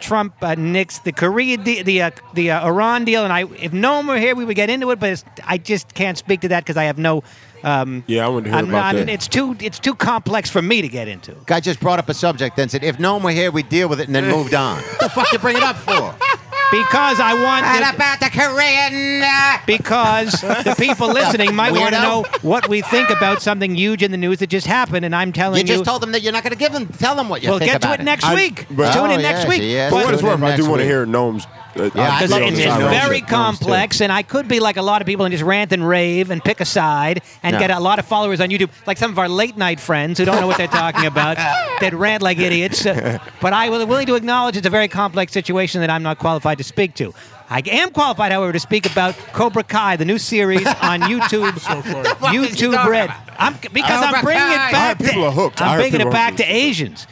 Trump uh, nixed the Korea, de- the uh, the uh, Iran deal, and I. If Noam were here, we would get into it, but it's, I just can't speak to that because I have no. Um,
Yeah, I wouldn't hear
I'm
about
not-
that.
It's too it's too complex for me to get into.
Guy just brought up a subject, then said, "If no one were here, we'd deal with it," and then moved on. what the fuck you bring it up for?
Because I want.
And
to-
about the Korean. uh,
because the people listening might want to
Weirdo.
know what we think about something huge in the news that just happened, and I'm telling
You
you.
just told them that you're not going to give them. Tell them what you
we'll
think
get to
about
it next
I-
week.
but-
Tune
Oh,
in next
yes,
week.
yes.
But-
For what it's
Tune in
worth, I
next
do want to
week.
hear Gnome's.
Yeah,
Uh, I'd
because
I
love
it
love
to
is
hear Gnome's
very
take.
complex, and I could be like a lot of people and just rant and rave and pick a side and
No.
get a lot of followers on YouTube, like some of our late night friends who don't know what they're talking about that rant like idiots. Uh, But I will willing to acknowledge it's a very complex situation that I'm not qualified to speak to. I am qualified, however, to speak about Cobra Kai, the new series on YouTube. YouTube Red. I'm, because I'm
Cobra
bringing it
Kai. I
back.
heard people
to,
are hooked. I
I'm
heard
bringing
people
it
are
back to
hooked.
Asians.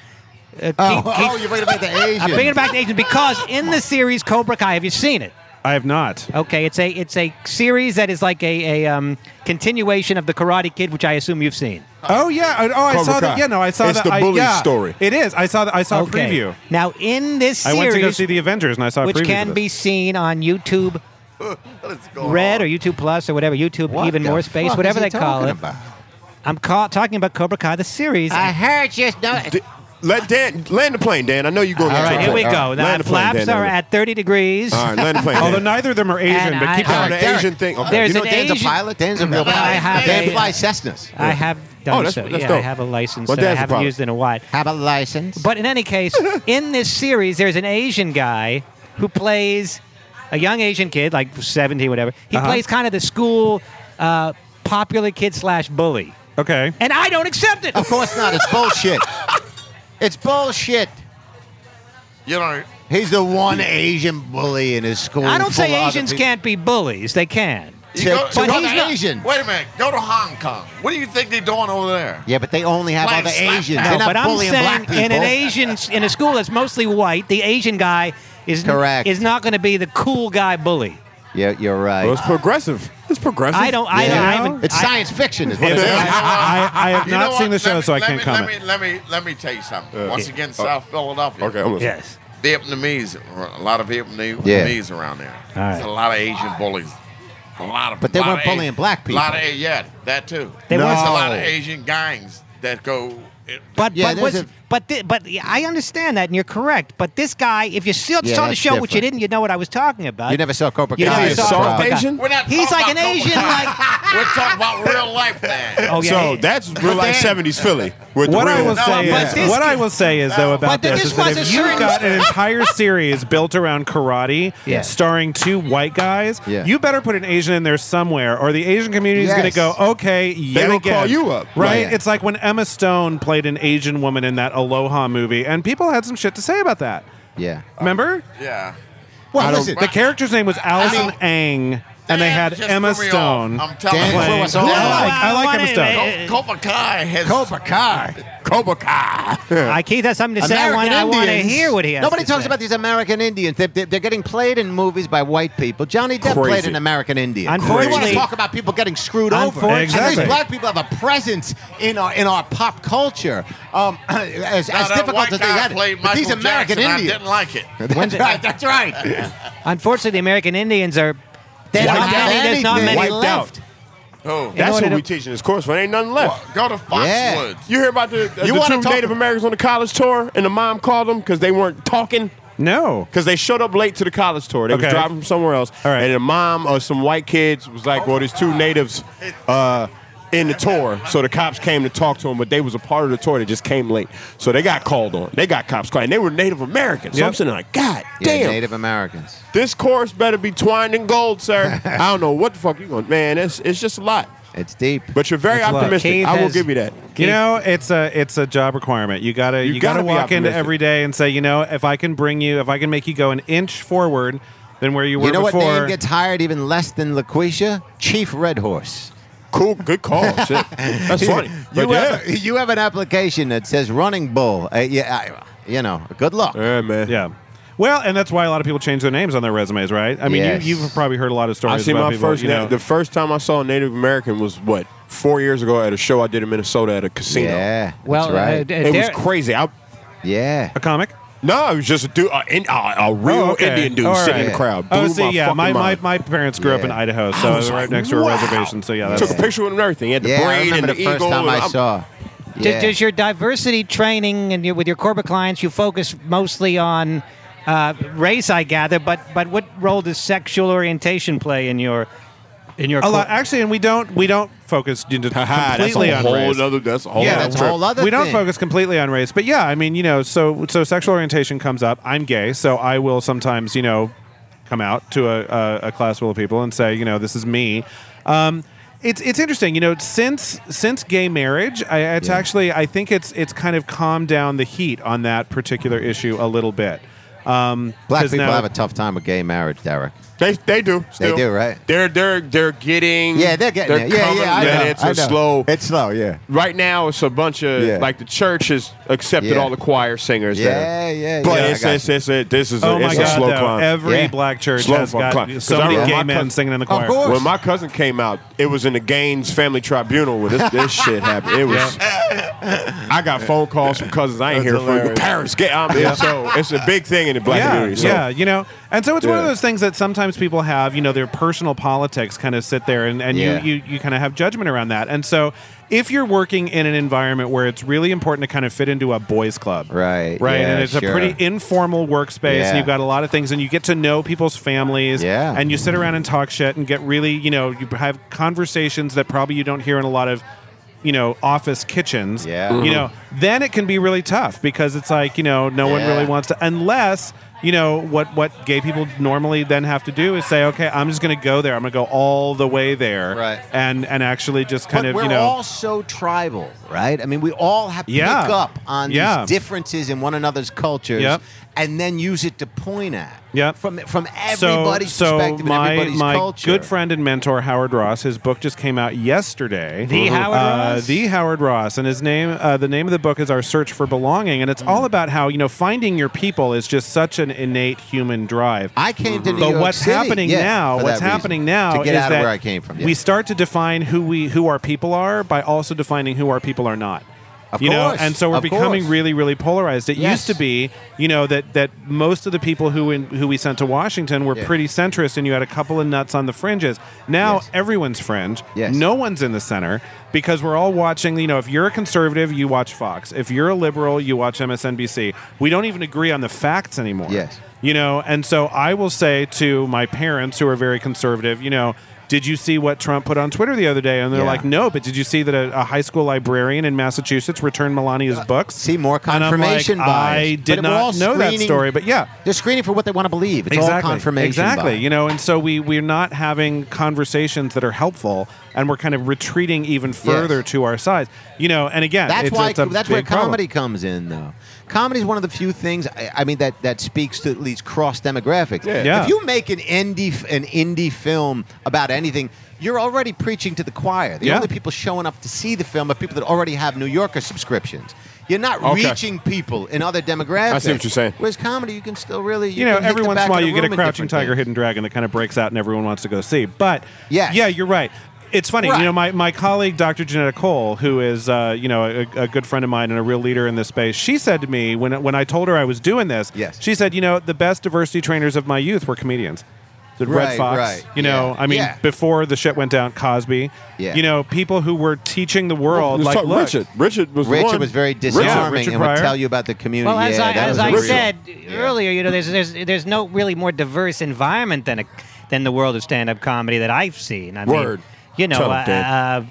Uh,
Oh,
keep- keep-
oh, you're bringing it back to Asian.
I'm bringing it back to Asians because in the series Cobra Kai, have you seen it?
I have not.
Okay, it's a it's a series that is like a, a um, continuation of the Karate Kid, which I assume you've seen.
Oh yeah. I- Oh, I
Cobra
saw that.
Kai.
Yeah, no, I saw
It's
that.
the
I-
bully
yeah.
story.
It is. I saw. that. I saw a
okay.
preview.
Now in this
I
series,
went to go see the Avengers, and I saw a
which
preview
can
of
be
this.
seen on YouTube
What's going
Red
on?
or YouTube Plus or whatever YouTube
What
even
the
more space,
fuck
whatever
is he
they call
talking
it.
about?
I'm call- talking about Cobra Kai the series.
I heard you. No,
Let Dan land the plane, Dan. I know you're going.
All right, here we go. Now,
Land the plane,
flaps
Dan.
are at 30 degrees.
All right, land the plane.
Although
Dan.
neither of them are Asian,
And
but
I-
keep
I-
Oh,
going.
the
Derek,
Asian thing. Okay.
there's
you know
an
Dan's
Asian-
a pilot. Dan's a real
Well, I have
pilot. Dan
a- uh,
flies Cessnas.
I have
Oh,
done
that's-
so.
that's
yeah, I
dope.
have a license
My
that I
dad's a
haven't
pilot.
used in a while.
Have a license.
But in any case, in this series, there's an Asian guy who plays a young Asian kid, like 17, whatever. He
Uh-huh.
plays kind of the school uh, popular kid slash bully.
Okay.
And I don't accept it.
of course not. It's bullshit. it's bullshit.
You know,
He's the one Asian bully in his school.
I don't
full
say
of other
Asians
people.
can't be bullies. They can.
you
To-
go,
to
you go
he's
to
not-
Asian.
Wait a minute. Go to Hong Kong. What do you think they're doing over there?
Yeah, but they only have
Black
other
slap
Asians.
down.
They're not
but I'm
bullying black
saying
people.
in an Asian in a school that's mostly white, the Asian guy is
Correct.
is not going to be the cool guy bully.
yeah, you're right.
Well, it's progressive. It's progressive.
I don't. I,
Yeah.
I, haven't.
it's
I-
science fiction. Is what
I,
it is.
I- I have
You know
not seen
what?
the show,
Let me-
so I
let
can't
me-
comment.
Let me, let me let me tell you something.
Uh,
Once
yeah.
again,
Oh.
South Philadelphia.
Okay, I'm listening.
yes.
Vietnamese, a lot of Vietnamese
Yeah.
Vietnamese around there.
All right.
There's a lot of Asian bullies. A lot of
But they
lot
weren't
of A-
bullying black people.
A lot of A- yeah, that too.
They
There's
weren't-
a lot of
No.
Asian gangs that go. It,
But
Yeah,
but
there's
what's,
a-
but thi- but I understand that, and you're correct. But this guy, if you still
Yeah,
saw the
that's
show, which you
different.
didn't, you know what I was talking about.
You never saw Cobra
You
Kai.
never
Is he
saw
a soft
Cobra Kai.
Asian?
we're not.
He's
talking
like an
about
Asian,
Cobra Kai.
like-
we're talking about real life man.
Oh, yeah,
So
he-
that's real life '70s Philly. With
What
the
I
real.
will
No,
say
but
is,
this-
what I will say is though about
But there
this,
just
is that
was
if
a
you
certain-
got an entire series built around karate,
Yeah.
starring two white guys,
Yeah.
you better put an Asian in there somewhere, or the Asian community is
Yes.
going to go, okay, yet
will
again."
call you up.
right?
Right.
It's like when Emma Stone played an Asian woman in that Aloha movie, and people had some shit to say about that.
Yeah.
Remember?
Yeah.
Well,
I don't-
listen.
The character's name was Allison Ang, and they
Dan
had
just
Emma
threw me off.
Stone.
I'm telling
Dan
you.
threw
playing-
us
Who
off.
I like, I like
Well,
Emma Stone.
eh,
Cobra Kai has
Cobra Kai.
Cobra Kai.
I Keith has something to say. I want, I want to hear what he has.
Nobody
to
talks
say.
about these American Indians. They're, they're, they're getting played in movies by white people. Johnny Depp
Crazy.
played an American Indian.
Unfortunately-
we want to talk about people getting screwed over.
Unfortunately-
And
Exactly.
these black people have a presence in our in our pop culture. Um, as,
Now,
as
that
difficult
white
as they
guy
had,
played
but these
Michael
American
Jackson, I
Indians.
didn't like it.
That's right. That's right.
Unfortunately, the American Indians are. There's
Wiped
not
out.
many, there's not
Anything.
many
Wiped
left.
out.
Oh,
know
That's
what
what
it-
we teach in this course. But ain't nothing left.
go to
Yeah.
Foxwoods.
You hear about the,
You
the
wanna
two
talk-
Native Americans on the college tour, and the mom called them because they weren't talking.
No.
Because they showed up late to the college tour. They
Okay.
was driving from somewhere else.
All right.
And the mom of some white kids was like, well, there's two natives uh, in the tour. So the cops came to talk to them, but they was a part of the tour. They just came late. So they got called on. They got cops called. And they were Native Americans. So I'm
Yep.
sitting there like, God
Yeah,
damn.
Native Americans.
This course better be twined in gold, sir. I don't know what the fuck you going to. Man, it's, it's just a lot.
It's deep.
But you're very
It's a lot.
optimistic.
Keith
I will
has-
give you that.
You know, it's a it's a job requirement. You gotta you,
You
gotta,
gotta be
walk into
optimistic.
every day and say, you know, if I can bring you, if I can make you go an inch forward than where you were
You know
before.
what name gets hired even less than LaQuisha? Chief Red Horse.
Cool, good call. Shit. That's funny.
You,
But yeah.
have, you have an application that says running bull. Uh, yeah, I, you know, good luck.
yeah, man.
yeah. Well, and that's why a lot of people change their names on their resumes, right? I mean,
Yes.
you, you've probably heard a lot of
I
stories
see
about
my
people.
first.
you know,
Na- the first time I saw a Native American was what four years ago at a show I did in Minnesota at a casino.
Yeah,
Well,
that's right.
uh,
it was
Derek-
crazy. I,
yeah.
a comic.
no, it was just a dude, a, in- a, a real
Oh, okay.
Indian dude
All
sitting in
right.
the crowd.
Oh,
Blew
see,
my
yeah,
fucking
my, my
mind.
my parents grew up in
Yeah. Oh,
Idaho,
I
so
was
they were right
like,
next to a
wow.
reservation. So yeah, that's
took a picture with him and everything. He had the
Yeah, I
brain and
remember
the,
the first
eagle.
time I
I'm-
saw.
D-
Yeah.
Does your diversity training and your, with your corporate clients, you focus mostly on uh, race, I gather. But but what role does sexual orientation play in your in your
a lot
cor-
actually, and we don't we don't focus into
Haha, Ah, that's
completely
a
on
whole
race.
other. That's a whole
Yeah,
other
that's a
trip.
whole other
we don't
thing.
focus completely on race, but yeah, I mean, you know, so so sexual orientation comes up. I'm gay, so I will sometimes, you know, come out to a, a, a class full of people and say, you know, this is me. Um, it's it's interesting, you know, since since gay marriage, I, it's actually I think it's it's kind of calmed down the heat on that particular issue a little bit. Um,
Black
'cause
people
now-
have a tough time with gay marriage, Derek.
They they do. Still.
do, right?
They're they're they're getting.
Yeah, they're getting it. Yeah,
coming,
yeah, I
but
know.
It's
I
a
know.
slow.
It's slow, yeah.
right now it's a bunch of
Yeah.
like the church has accepted
Yeah.
all the choir singers.
Yeah,
there.
yeah,
But
yeah, I
it's,
got
it's, it's, it. this is a,
Oh
it's
my
a
God!
slow
though,
climb.
Every
Yeah.
black church
Slow
has
climb.
got
'Cause
so
I
many
remember
gay
my
men
cousin-
singing in the
Of
choir.
course.
when my cousin came out, it was in the Gaines Family Tribunal when this, this shit happened. It was. I got phone calls from cousins I ain't
That's
here for. you.
hilarious.
Parents, get out. So it's a big thing in the black
yeah,
community. So.
yeah, you know, and so it's one of
Yeah.
those things that sometimes
sometimes people have, you know, their personal politics kind of sit there and, and
Yeah.
you, you, you kind of have judgment around that. And so if you're working in an environment where it's really important to kind of fit into a boys club,
Right,
Right.
yeah,
and it's
sure.
a pretty informal workspace
Yeah.
and you've got a lot of things and you get to know people's families
Yeah.
and you sit around and talk shit and get really, you know, you have conversations that probably you don't hear in a lot of, you know, office kitchens.
Yeah. Mm-hmm.
You know, then it can be really tough because it's like, you know, no one
Yeah.
really wants to unless you know what what gay people normally then have to do is say okay i'm just going to go there i'm going to go all the way there
Right.
and and actually just kind
but
of
we're
you know
all so tribal, right? I mean, we all have to
Yeah.
pick up on
Yeah.
these differences in one another's cultures,
Yep.
and then use it to point at.
Yep.
From from everybody's
so
perspective
my,
and everybody's
my
culture.
good friend and mentor Howard Ross, his book just came out yesterday.
The Howard
Uh,
Ross?
The Howard Ross, and his name, uh, the name of the book is Our Search for Belonging, and it's
Mm.
all about how you know finding your people is just such an innate human drive.
I came to New
Mm-hmm. But
York
what's
City,
happening
yeah,
now?
for
What's
that reason,
happening now
to get
is
out of
that
where I came from? Yeah.
we start to define who we who our people are by also defining who our people are not.
Of
you know,
course,
and so we're
of
becoming
course.
really, really polarized. It
Yes.
used to be, you know, that that most of the people who in, who we sent to Washington were
Yeah.
pretty centrist, and you had a couple of nuts on the fringes. Now
Yes.
everyone's fringe.
Yes.
No one's in the center because we're all watching. You know, if you're a conservative, you watch Fox. If you're a liberal, you watch MSNBC. We don't even agree on the facts anymore.
Yes.
You know, and so I will say to my parents who are very conservative, you know, did you see what Trump put on Twitter the other day? And they're
Yeah.
like, no, but did you see that a, a high school librarian in Massachusetts returned Melania's books?
Uh, See more
And I'm like,
confirmation bias.
I
But
did
we're all
not know that
screening-
story, but yeah.
They're screening for what they want to believe. It's all confirmation.
Exactly.
bias.
You know, and so we we're not having conversations that are helpful, and we're kind of retreating even further to our sides. You know, and again,
That's
it's,
why
it's a
that's where
big problem.
comedy comes in, though. Comedy is one of the few things I, I mean that that speaks to at least cross demographics.
Yeah.
If you make an indie f- an indie film about anything, you're already preaching to the choir. The
Yeah.
only people showing up to see the film are people that already have New Yorker subscriptions. You're not
Okay.
reaching people in other demographics.
I see what you're saying.
Whereas comedy, you can still really you,
you know,
can hit
every
the
once
back
in a while
of the
you get a
room at
crouching
different
tiger,
things.
hidden dragon that kind of breaks out and everyone wants to go see. But
Yes.
yeah, you're right. It's funny,
Right.
you know, my, my colleague Dr. Janetta Cole, who is uh, you know a, a good friend of mine and a real leader in this space, she said to me when when I told her I was doing this,
Yes.
she said, you know, the best diversity trainers of my youth were comedians. The Red
Right,
Fox,
right.
you know,
Yeah.
I mean,
Yeah.
before the shit went down, Cosby,
Yeah.
you know, people who were teaching the world
Let's
like
talk-
look,
Richard. Richard was
Richard
one.
was very
Richard-
disarming
Richard
and would
Pryor.
tell you about the community.
Well, as
yeah,
I,
that
as
was
I
brutal.
said earlier, you know, there's, there's there's no really more diverse environment than a, than the world of stand-up comedy that I've seen. I
Word.
mean, you know,
Tell
uh,
'em, Dave.
uh,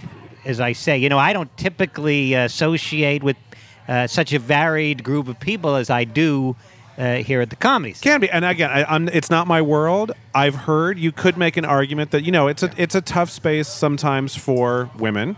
as I say, you know, I don't typically uh, associate with uh, such a varied group of people as I do uh, here at the Comedy. Store.
Can be, and again, I, I'm, it's not my world. I've heard you could make an argument that you know it's a it's a tough space sometimes for women,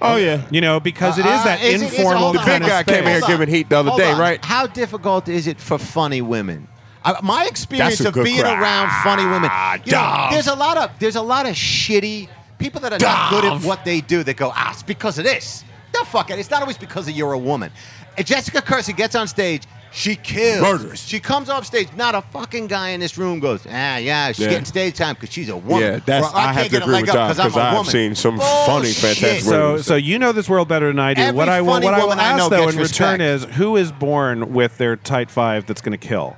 Oh yeah.
you know, because it is that
Uh, is it- is it
informal
all-
The big
kind of
guy
space.
came here
Hold on.
giving heat the other
Hold
day,
on.
right?
How difficult is it for funny women? I, my experience
That's a
of
good Ah,
being
cra-
around funny women, you know,
Dove.
there's a lot of there's a lot of shitty people that are not good at
Dove.
what they do. That go, ah, it's because of this. No, fuck it. It's not always because of you're a woman. If Jessica Kirsten gets on stage. She kills.
Murders.
She comes off stage. Not a fucking guy in this room goes, ah, yeah, she's
Yeah.
getting stage time because she's a woman.
Yeah, that's-
Or, I,
I
can't
have to
get a
agree
leg
with
up
Dove,
because I'm a
'cause I've
woman.
seen some funny, fantastic women.
So,
Wait a
so you know this world better than I do.
Every
what I will,
funny
what I will
woman I know
ask though
gets
in return is
respect.
who is born with their tight five that's going to kill.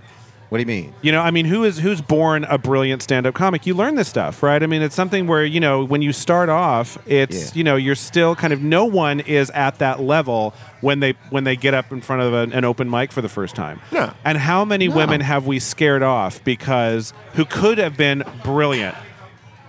What do you mean?
You know, I mean, who is who's born a brilliant stand-up comic? You learn this stuff, right? I mean, it's something where you know when you start off, it's
Yeah.
you know you're still kind of no one is at that level when they when they get up in front of an, an open mic for the first time.
Yeah.
And how many women have we scared off because who could have been brilliant?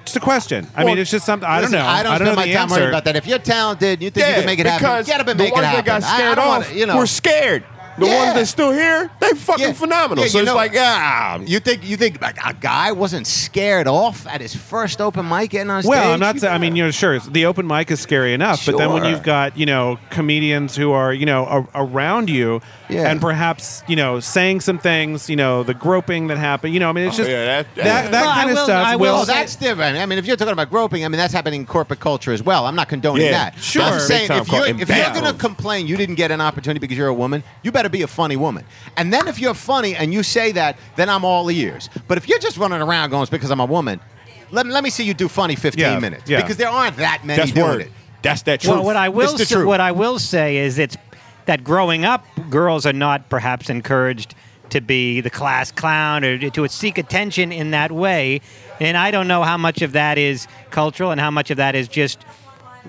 Just a question. I mean,
Well,
it's just something I
Listen,
don't know.
I don't,
I don't
spend
know
my
the
time
answer.
worrying about that. If you're talented, you think you can make it happen.
because
Get up and
the
make it
ones
happen.
that got
I- I
scared
don't
off
wanna- you know,
were scared. The
Yeah.
ones that's still here, they fucking
Yeah.
phenomenal.
Yeah,
so
you
it's
know-
like, ah,
you think you think like, a guy wasn't scared off at his first open mic getting on stage?
Well, I'm not saying. I mean, you know, sure, the open mic is scary enough, but then when
Sure.
you've got you know comedians who are you know a- around you,
Yeah.
and perhaps you know saying some things, you know, the groping that happened, you know, I mean, it's
Oh,
just
yeah, that-
that that,
yeah.
that
Well, I
kind of
will-
stuff.
I
will,
will
well, Oh, that's different. I mean, if you're talking about groping, I mean that's happening in corporate culture as well. I'm not condoning
Yeah,
that.
sure.
I'm saying
Big-time
if you're,
cul-
if you're
embattled.
going to complain you didn't get an opportunity because you're a woman, you better be a funny woman. And then if you're funny and you say that, then I'm all ears. But if you're just running around going, it's because I'm a woman, let, let me see you do funny 15
Yeah,
minutes
yeah.
because there aren't that many
that's
doing
word.
it.
That's that truth.
Well, what I
That's
will
the
say,
truth.
what I will say is it's that growing up, girls are not perhaps encouraged to be the class clown or to seek attention in that way. And I don't know how much of that is cultural and how much of that is just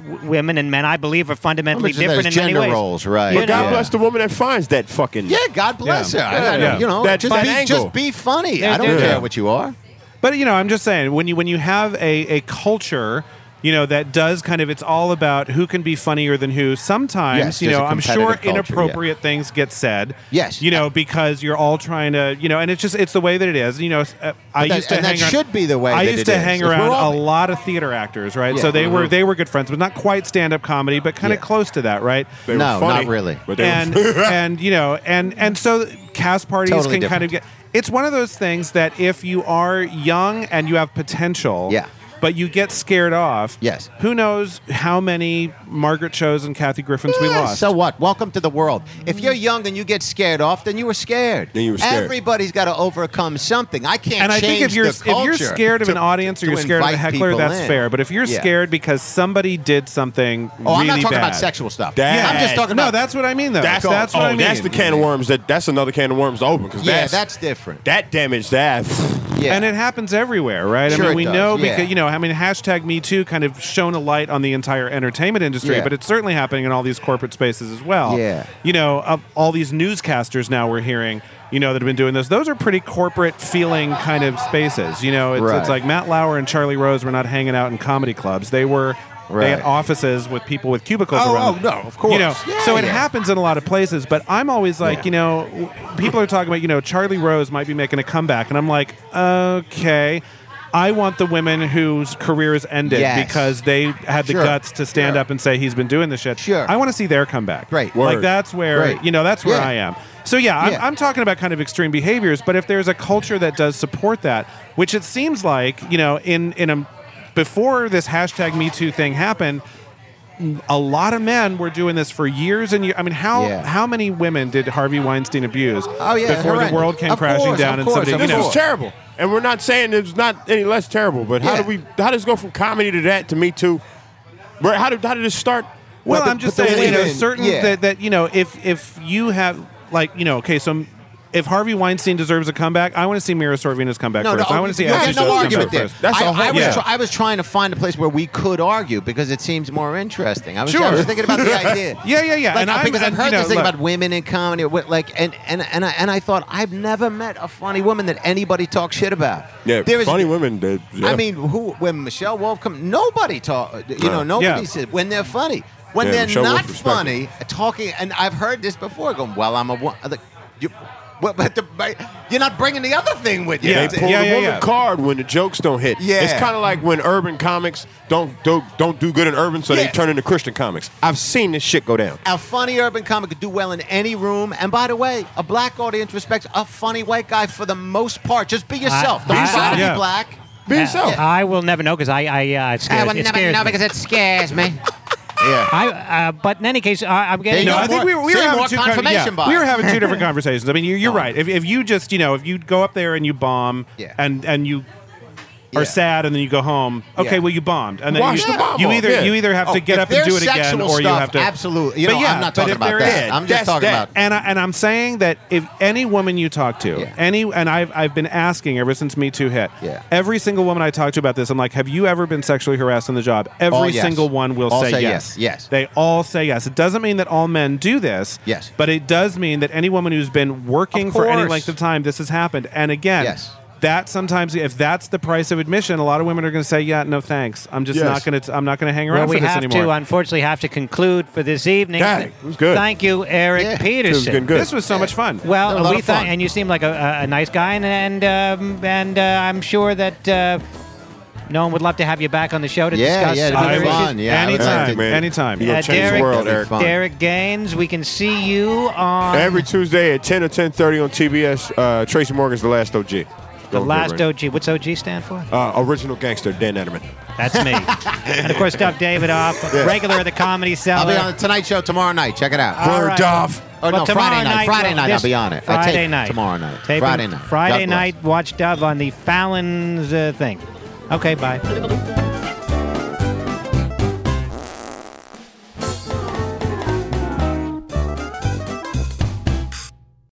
w- women and men. I believe are fundamentally
How much of that
different in
is
many
gender
ways.
roles, right.
You
But
know?
God bless the woman that finds that fucking.
Yeah, God bless
Yeah.
her. I- I-
Yeah.
You know,
That
just,
fun
be,
angle.
just be funny.
There-
I don't
there-
care
Yeah.
what you are.
But you know, I'm just saying when you when you have a, a culture, you know, that does kind of it's all about who can be funnier than who. Sometimes,
Yes,
you
there's
know,
a
I'm sure
competitive culture, yeah.
inappropriate things get said.
Yes.
You know, because you're all trying to, you know, and it's just it's the way that it is. You know, s- uh, I
that-
used to
and
hang
that
around-
should be the way
I
that
used
it
to
is.
hang
If we're
around
all-
a lot of theater actors, right?
Yeah. Mm-hmm.
So they were they were good friends, but not quite stand up comedy, but kind of
Yeah.
close to that, right?
They were
No,
funny,
not really.
But they
and
were,
and you know and and so cast parties
Totally
can kind of get it's one of those things that if you are young and you have potential
Yeah.
but you get scared off
Yes.
who knows how many margaret shows and kathy griffins we
Yeah,
lost
So what? Welcome to the world. If you're young and you get scared off, then you were scared.
Then you were scared.
Everybody's got to overcome something. I can't.
and I think
change
if you're
the
if you're
culture
scared of
to-
an audience or
to
you're scared of a
invite
heckler,
people
that's
in.
fair. But if you're
Yeah.
scared because somebody did something
oh, I'm
really
not talking
bad,
about sexual stuff.
That-
I'm just talking
no,
about
that's what I mean though.
that's,
that's what
oh,
I mean.
that's the can of worms. That that's another can of worms to open because
yeah,
that's,
that's different.
that damage that.
yeah,
And it happens everywhere, right?
Sure
I mean,
it
we
does,
know
yeah.
because you know, I mean, hashtag Me Too kind of shone a light on the entire entertainment industry,
Yeah.
but it's certainly happening in all these corporate spaces as well.
Yeah.
you know, of all these newscasters now we're hearing, you know, that have been doing this. Those are pretty corporate feeling kind of spaces. You know, it's,
Right.
it's like Matt Lauer and Charlie Rose were not hanging out in comedy clubs. They were. They had
Right.
offices with people with cubicles
Oh,
around.
oh,
them.
no, of course.
You know,
Yeah,
so it
yeah.
happens in a lot of places. But I'm always like, you know, w- people are talking about, you know, Charlie Rose might be making a comeback, and I'm like, okay. I want the women whose careers ended
Yes.
because they had the
Sure.
guts to stand
Sure.
up and say he's been doing this shit.
Sure.
I want to see their comeback.
Great.
Like
Word.
that's where
Great.
you know that's where
Yeah.
I am. So yeah,
Yeah.
I'm, I'm talking about kind of extreme behaviors. But if there's a culture that does support that, which it seems like you know, in in a before this hashtag Me Too thing happened, a lot of men were doing this for years and years. I mean, how
Yeah.
how many women did Harvey Weinstein abuse
Oh, yeah,
before
horrendous.
the world came
Of
crashing
course,
down
of
and somebody
course,
you
of
This
know
is terrible, and we're not saying it's not any less terrible. But how
Yeah.
do we? How does it go from comedy to that to Me Too? Where how did how did it start?
Well,
But-
I'm just
but the
saying, you know,
women-
certain
yeah.
that, that you know, if if you have like you know, okay, so if Harvey Weinstein deserves a comeback, I want to see Mira Sorvino's comeback first. I want to see
you
Ashley
have no
Judd's
argument
comeback
there.
first.
That's
I,
a whole-
I was
yeah.
try- I was trying to find a place where we could argue because it seems more interesting. I was, I
Sure.
was thinking about the idea.
Yeah, yeah, yeah.
Like,
And
I-
I'm-
because I've
and,
heard
you know,
this thing
look-
about women in comedy, what, like, and and and I, and I thought I've never met a funny woman that anybody talks shit about.
Yeah,
There is-
funny women. Did, yeah.
I mean, who when Michelle Wolf come, nobody talk. You know, nobody
Yeah.
said when they're funny. When
Yeah,
they're
Michelle
not
Wolf respected.
funny, talking, and I've heard this before. Going, well, I'm a wo-" Like, you, but, but the, but you're not bringing the other thing with you.
Yeah.
They
It's-
pull
Yeah,
the
yeah,
woman
yeah.
card when the jokes don't hit.
Yeah.
It's kind of like when urban comics don't, don't don't do good in urban, so
Yeah.
they turn into Christian comics. I've seen this shit go down.
A funny urban comic could do well in any room. And by the way, a black audience respects a funny white guy for the most part. Just be yourself.
I-
Don't
I-
try to
yeah.
be black.
Be yourself.
I will never know because I, I, uh, it scares, it scares me.
it scares me. yeah.
I, uh, but in any case, I, I'm getting.
There
No,
you
I
go.
think we were, we were
See,
having
more
two kind-
confirmation
yeah,
bias. Oh.
We were having two different conversations. I mean, you're, you're right. If, if you just you know if you go up there and you bomb
Yeah.
and and you are
Yeah.
sad and then you go home, okay,
Yeah.
well you bombed and then
Watch
you,
the bomb
you
off,
either
yeah.
you either have
Oh,
to get
if
up and do
there's
it again
sexual
or you
stuff,
have to
absolutely. You know,
But yeah,
I'm not
but
talking
if
about
there
that.
is-
I'm just
that's
talking
that.
about
And I, and I'm saying that if any woman you talk to,
Yeah.
any and I've I've been asking ever since Me Too hit.
Yeah.
Every single woman I talk to about this, I'm like, have you ever been sexually harassed on the job? Every
All yes.
single one will
All
say,
say yes,
yes.
yes.
They all say yes. It doesn't mean that all men do this.
Yes.
But it does mean that any woman who's been working
Of
for any
course.
length of time, this has happened. And again,
Yes.
That sometimes, if that's the price of admission, a lot of women are going to say, "Yeah, no, thanks. I'm just
Yes.
not going to. I'm not going to hang
Well,
around
we
for this
have
anymore."
to, uh, unfortunately, have to conclude for this evening.
Dang, it was good.
Thank you, Eric
Yeah.
Peterson.
It was good.
This was so much fun.
Had a
Well,
lot
we
of fun.
thought, and you seem like a, a, a nice guy, and and um, and uh, I'm sure that uh, no one would love to have you back on the show to
Yeah,
discuss.
yeah, it'd be
other
I
issues.
will-
fun. Yeah, I would like
anytime,
to-
Man,
anytime.
you
Uh,
gonna change the
Derek-
world, Eric.
fun.
Derek Gaines, we can see you on
Every Tuesday at 10 or 10.30 on TBS, uh, Tracy Morgan's The Last OG.
the last OG. What's OG stand for?
Uh, original gangster, Dan Ederman.
That's me. and of course, Duff David off, regular at the Comedy Cellar.
I'll be on the Tonight Show tomorrow night. Check it out.
All right.
off.
Well,
Oh, no,
tomorrow
Friday night.
well,
Friday night,
this-
I'll be on it. I
Friday
tape
night.
Tomorrow night.
Taping
Friday night.
Friday
God bless.
night. Watch Dove on the Fallon's uh, thing. Okay, bye.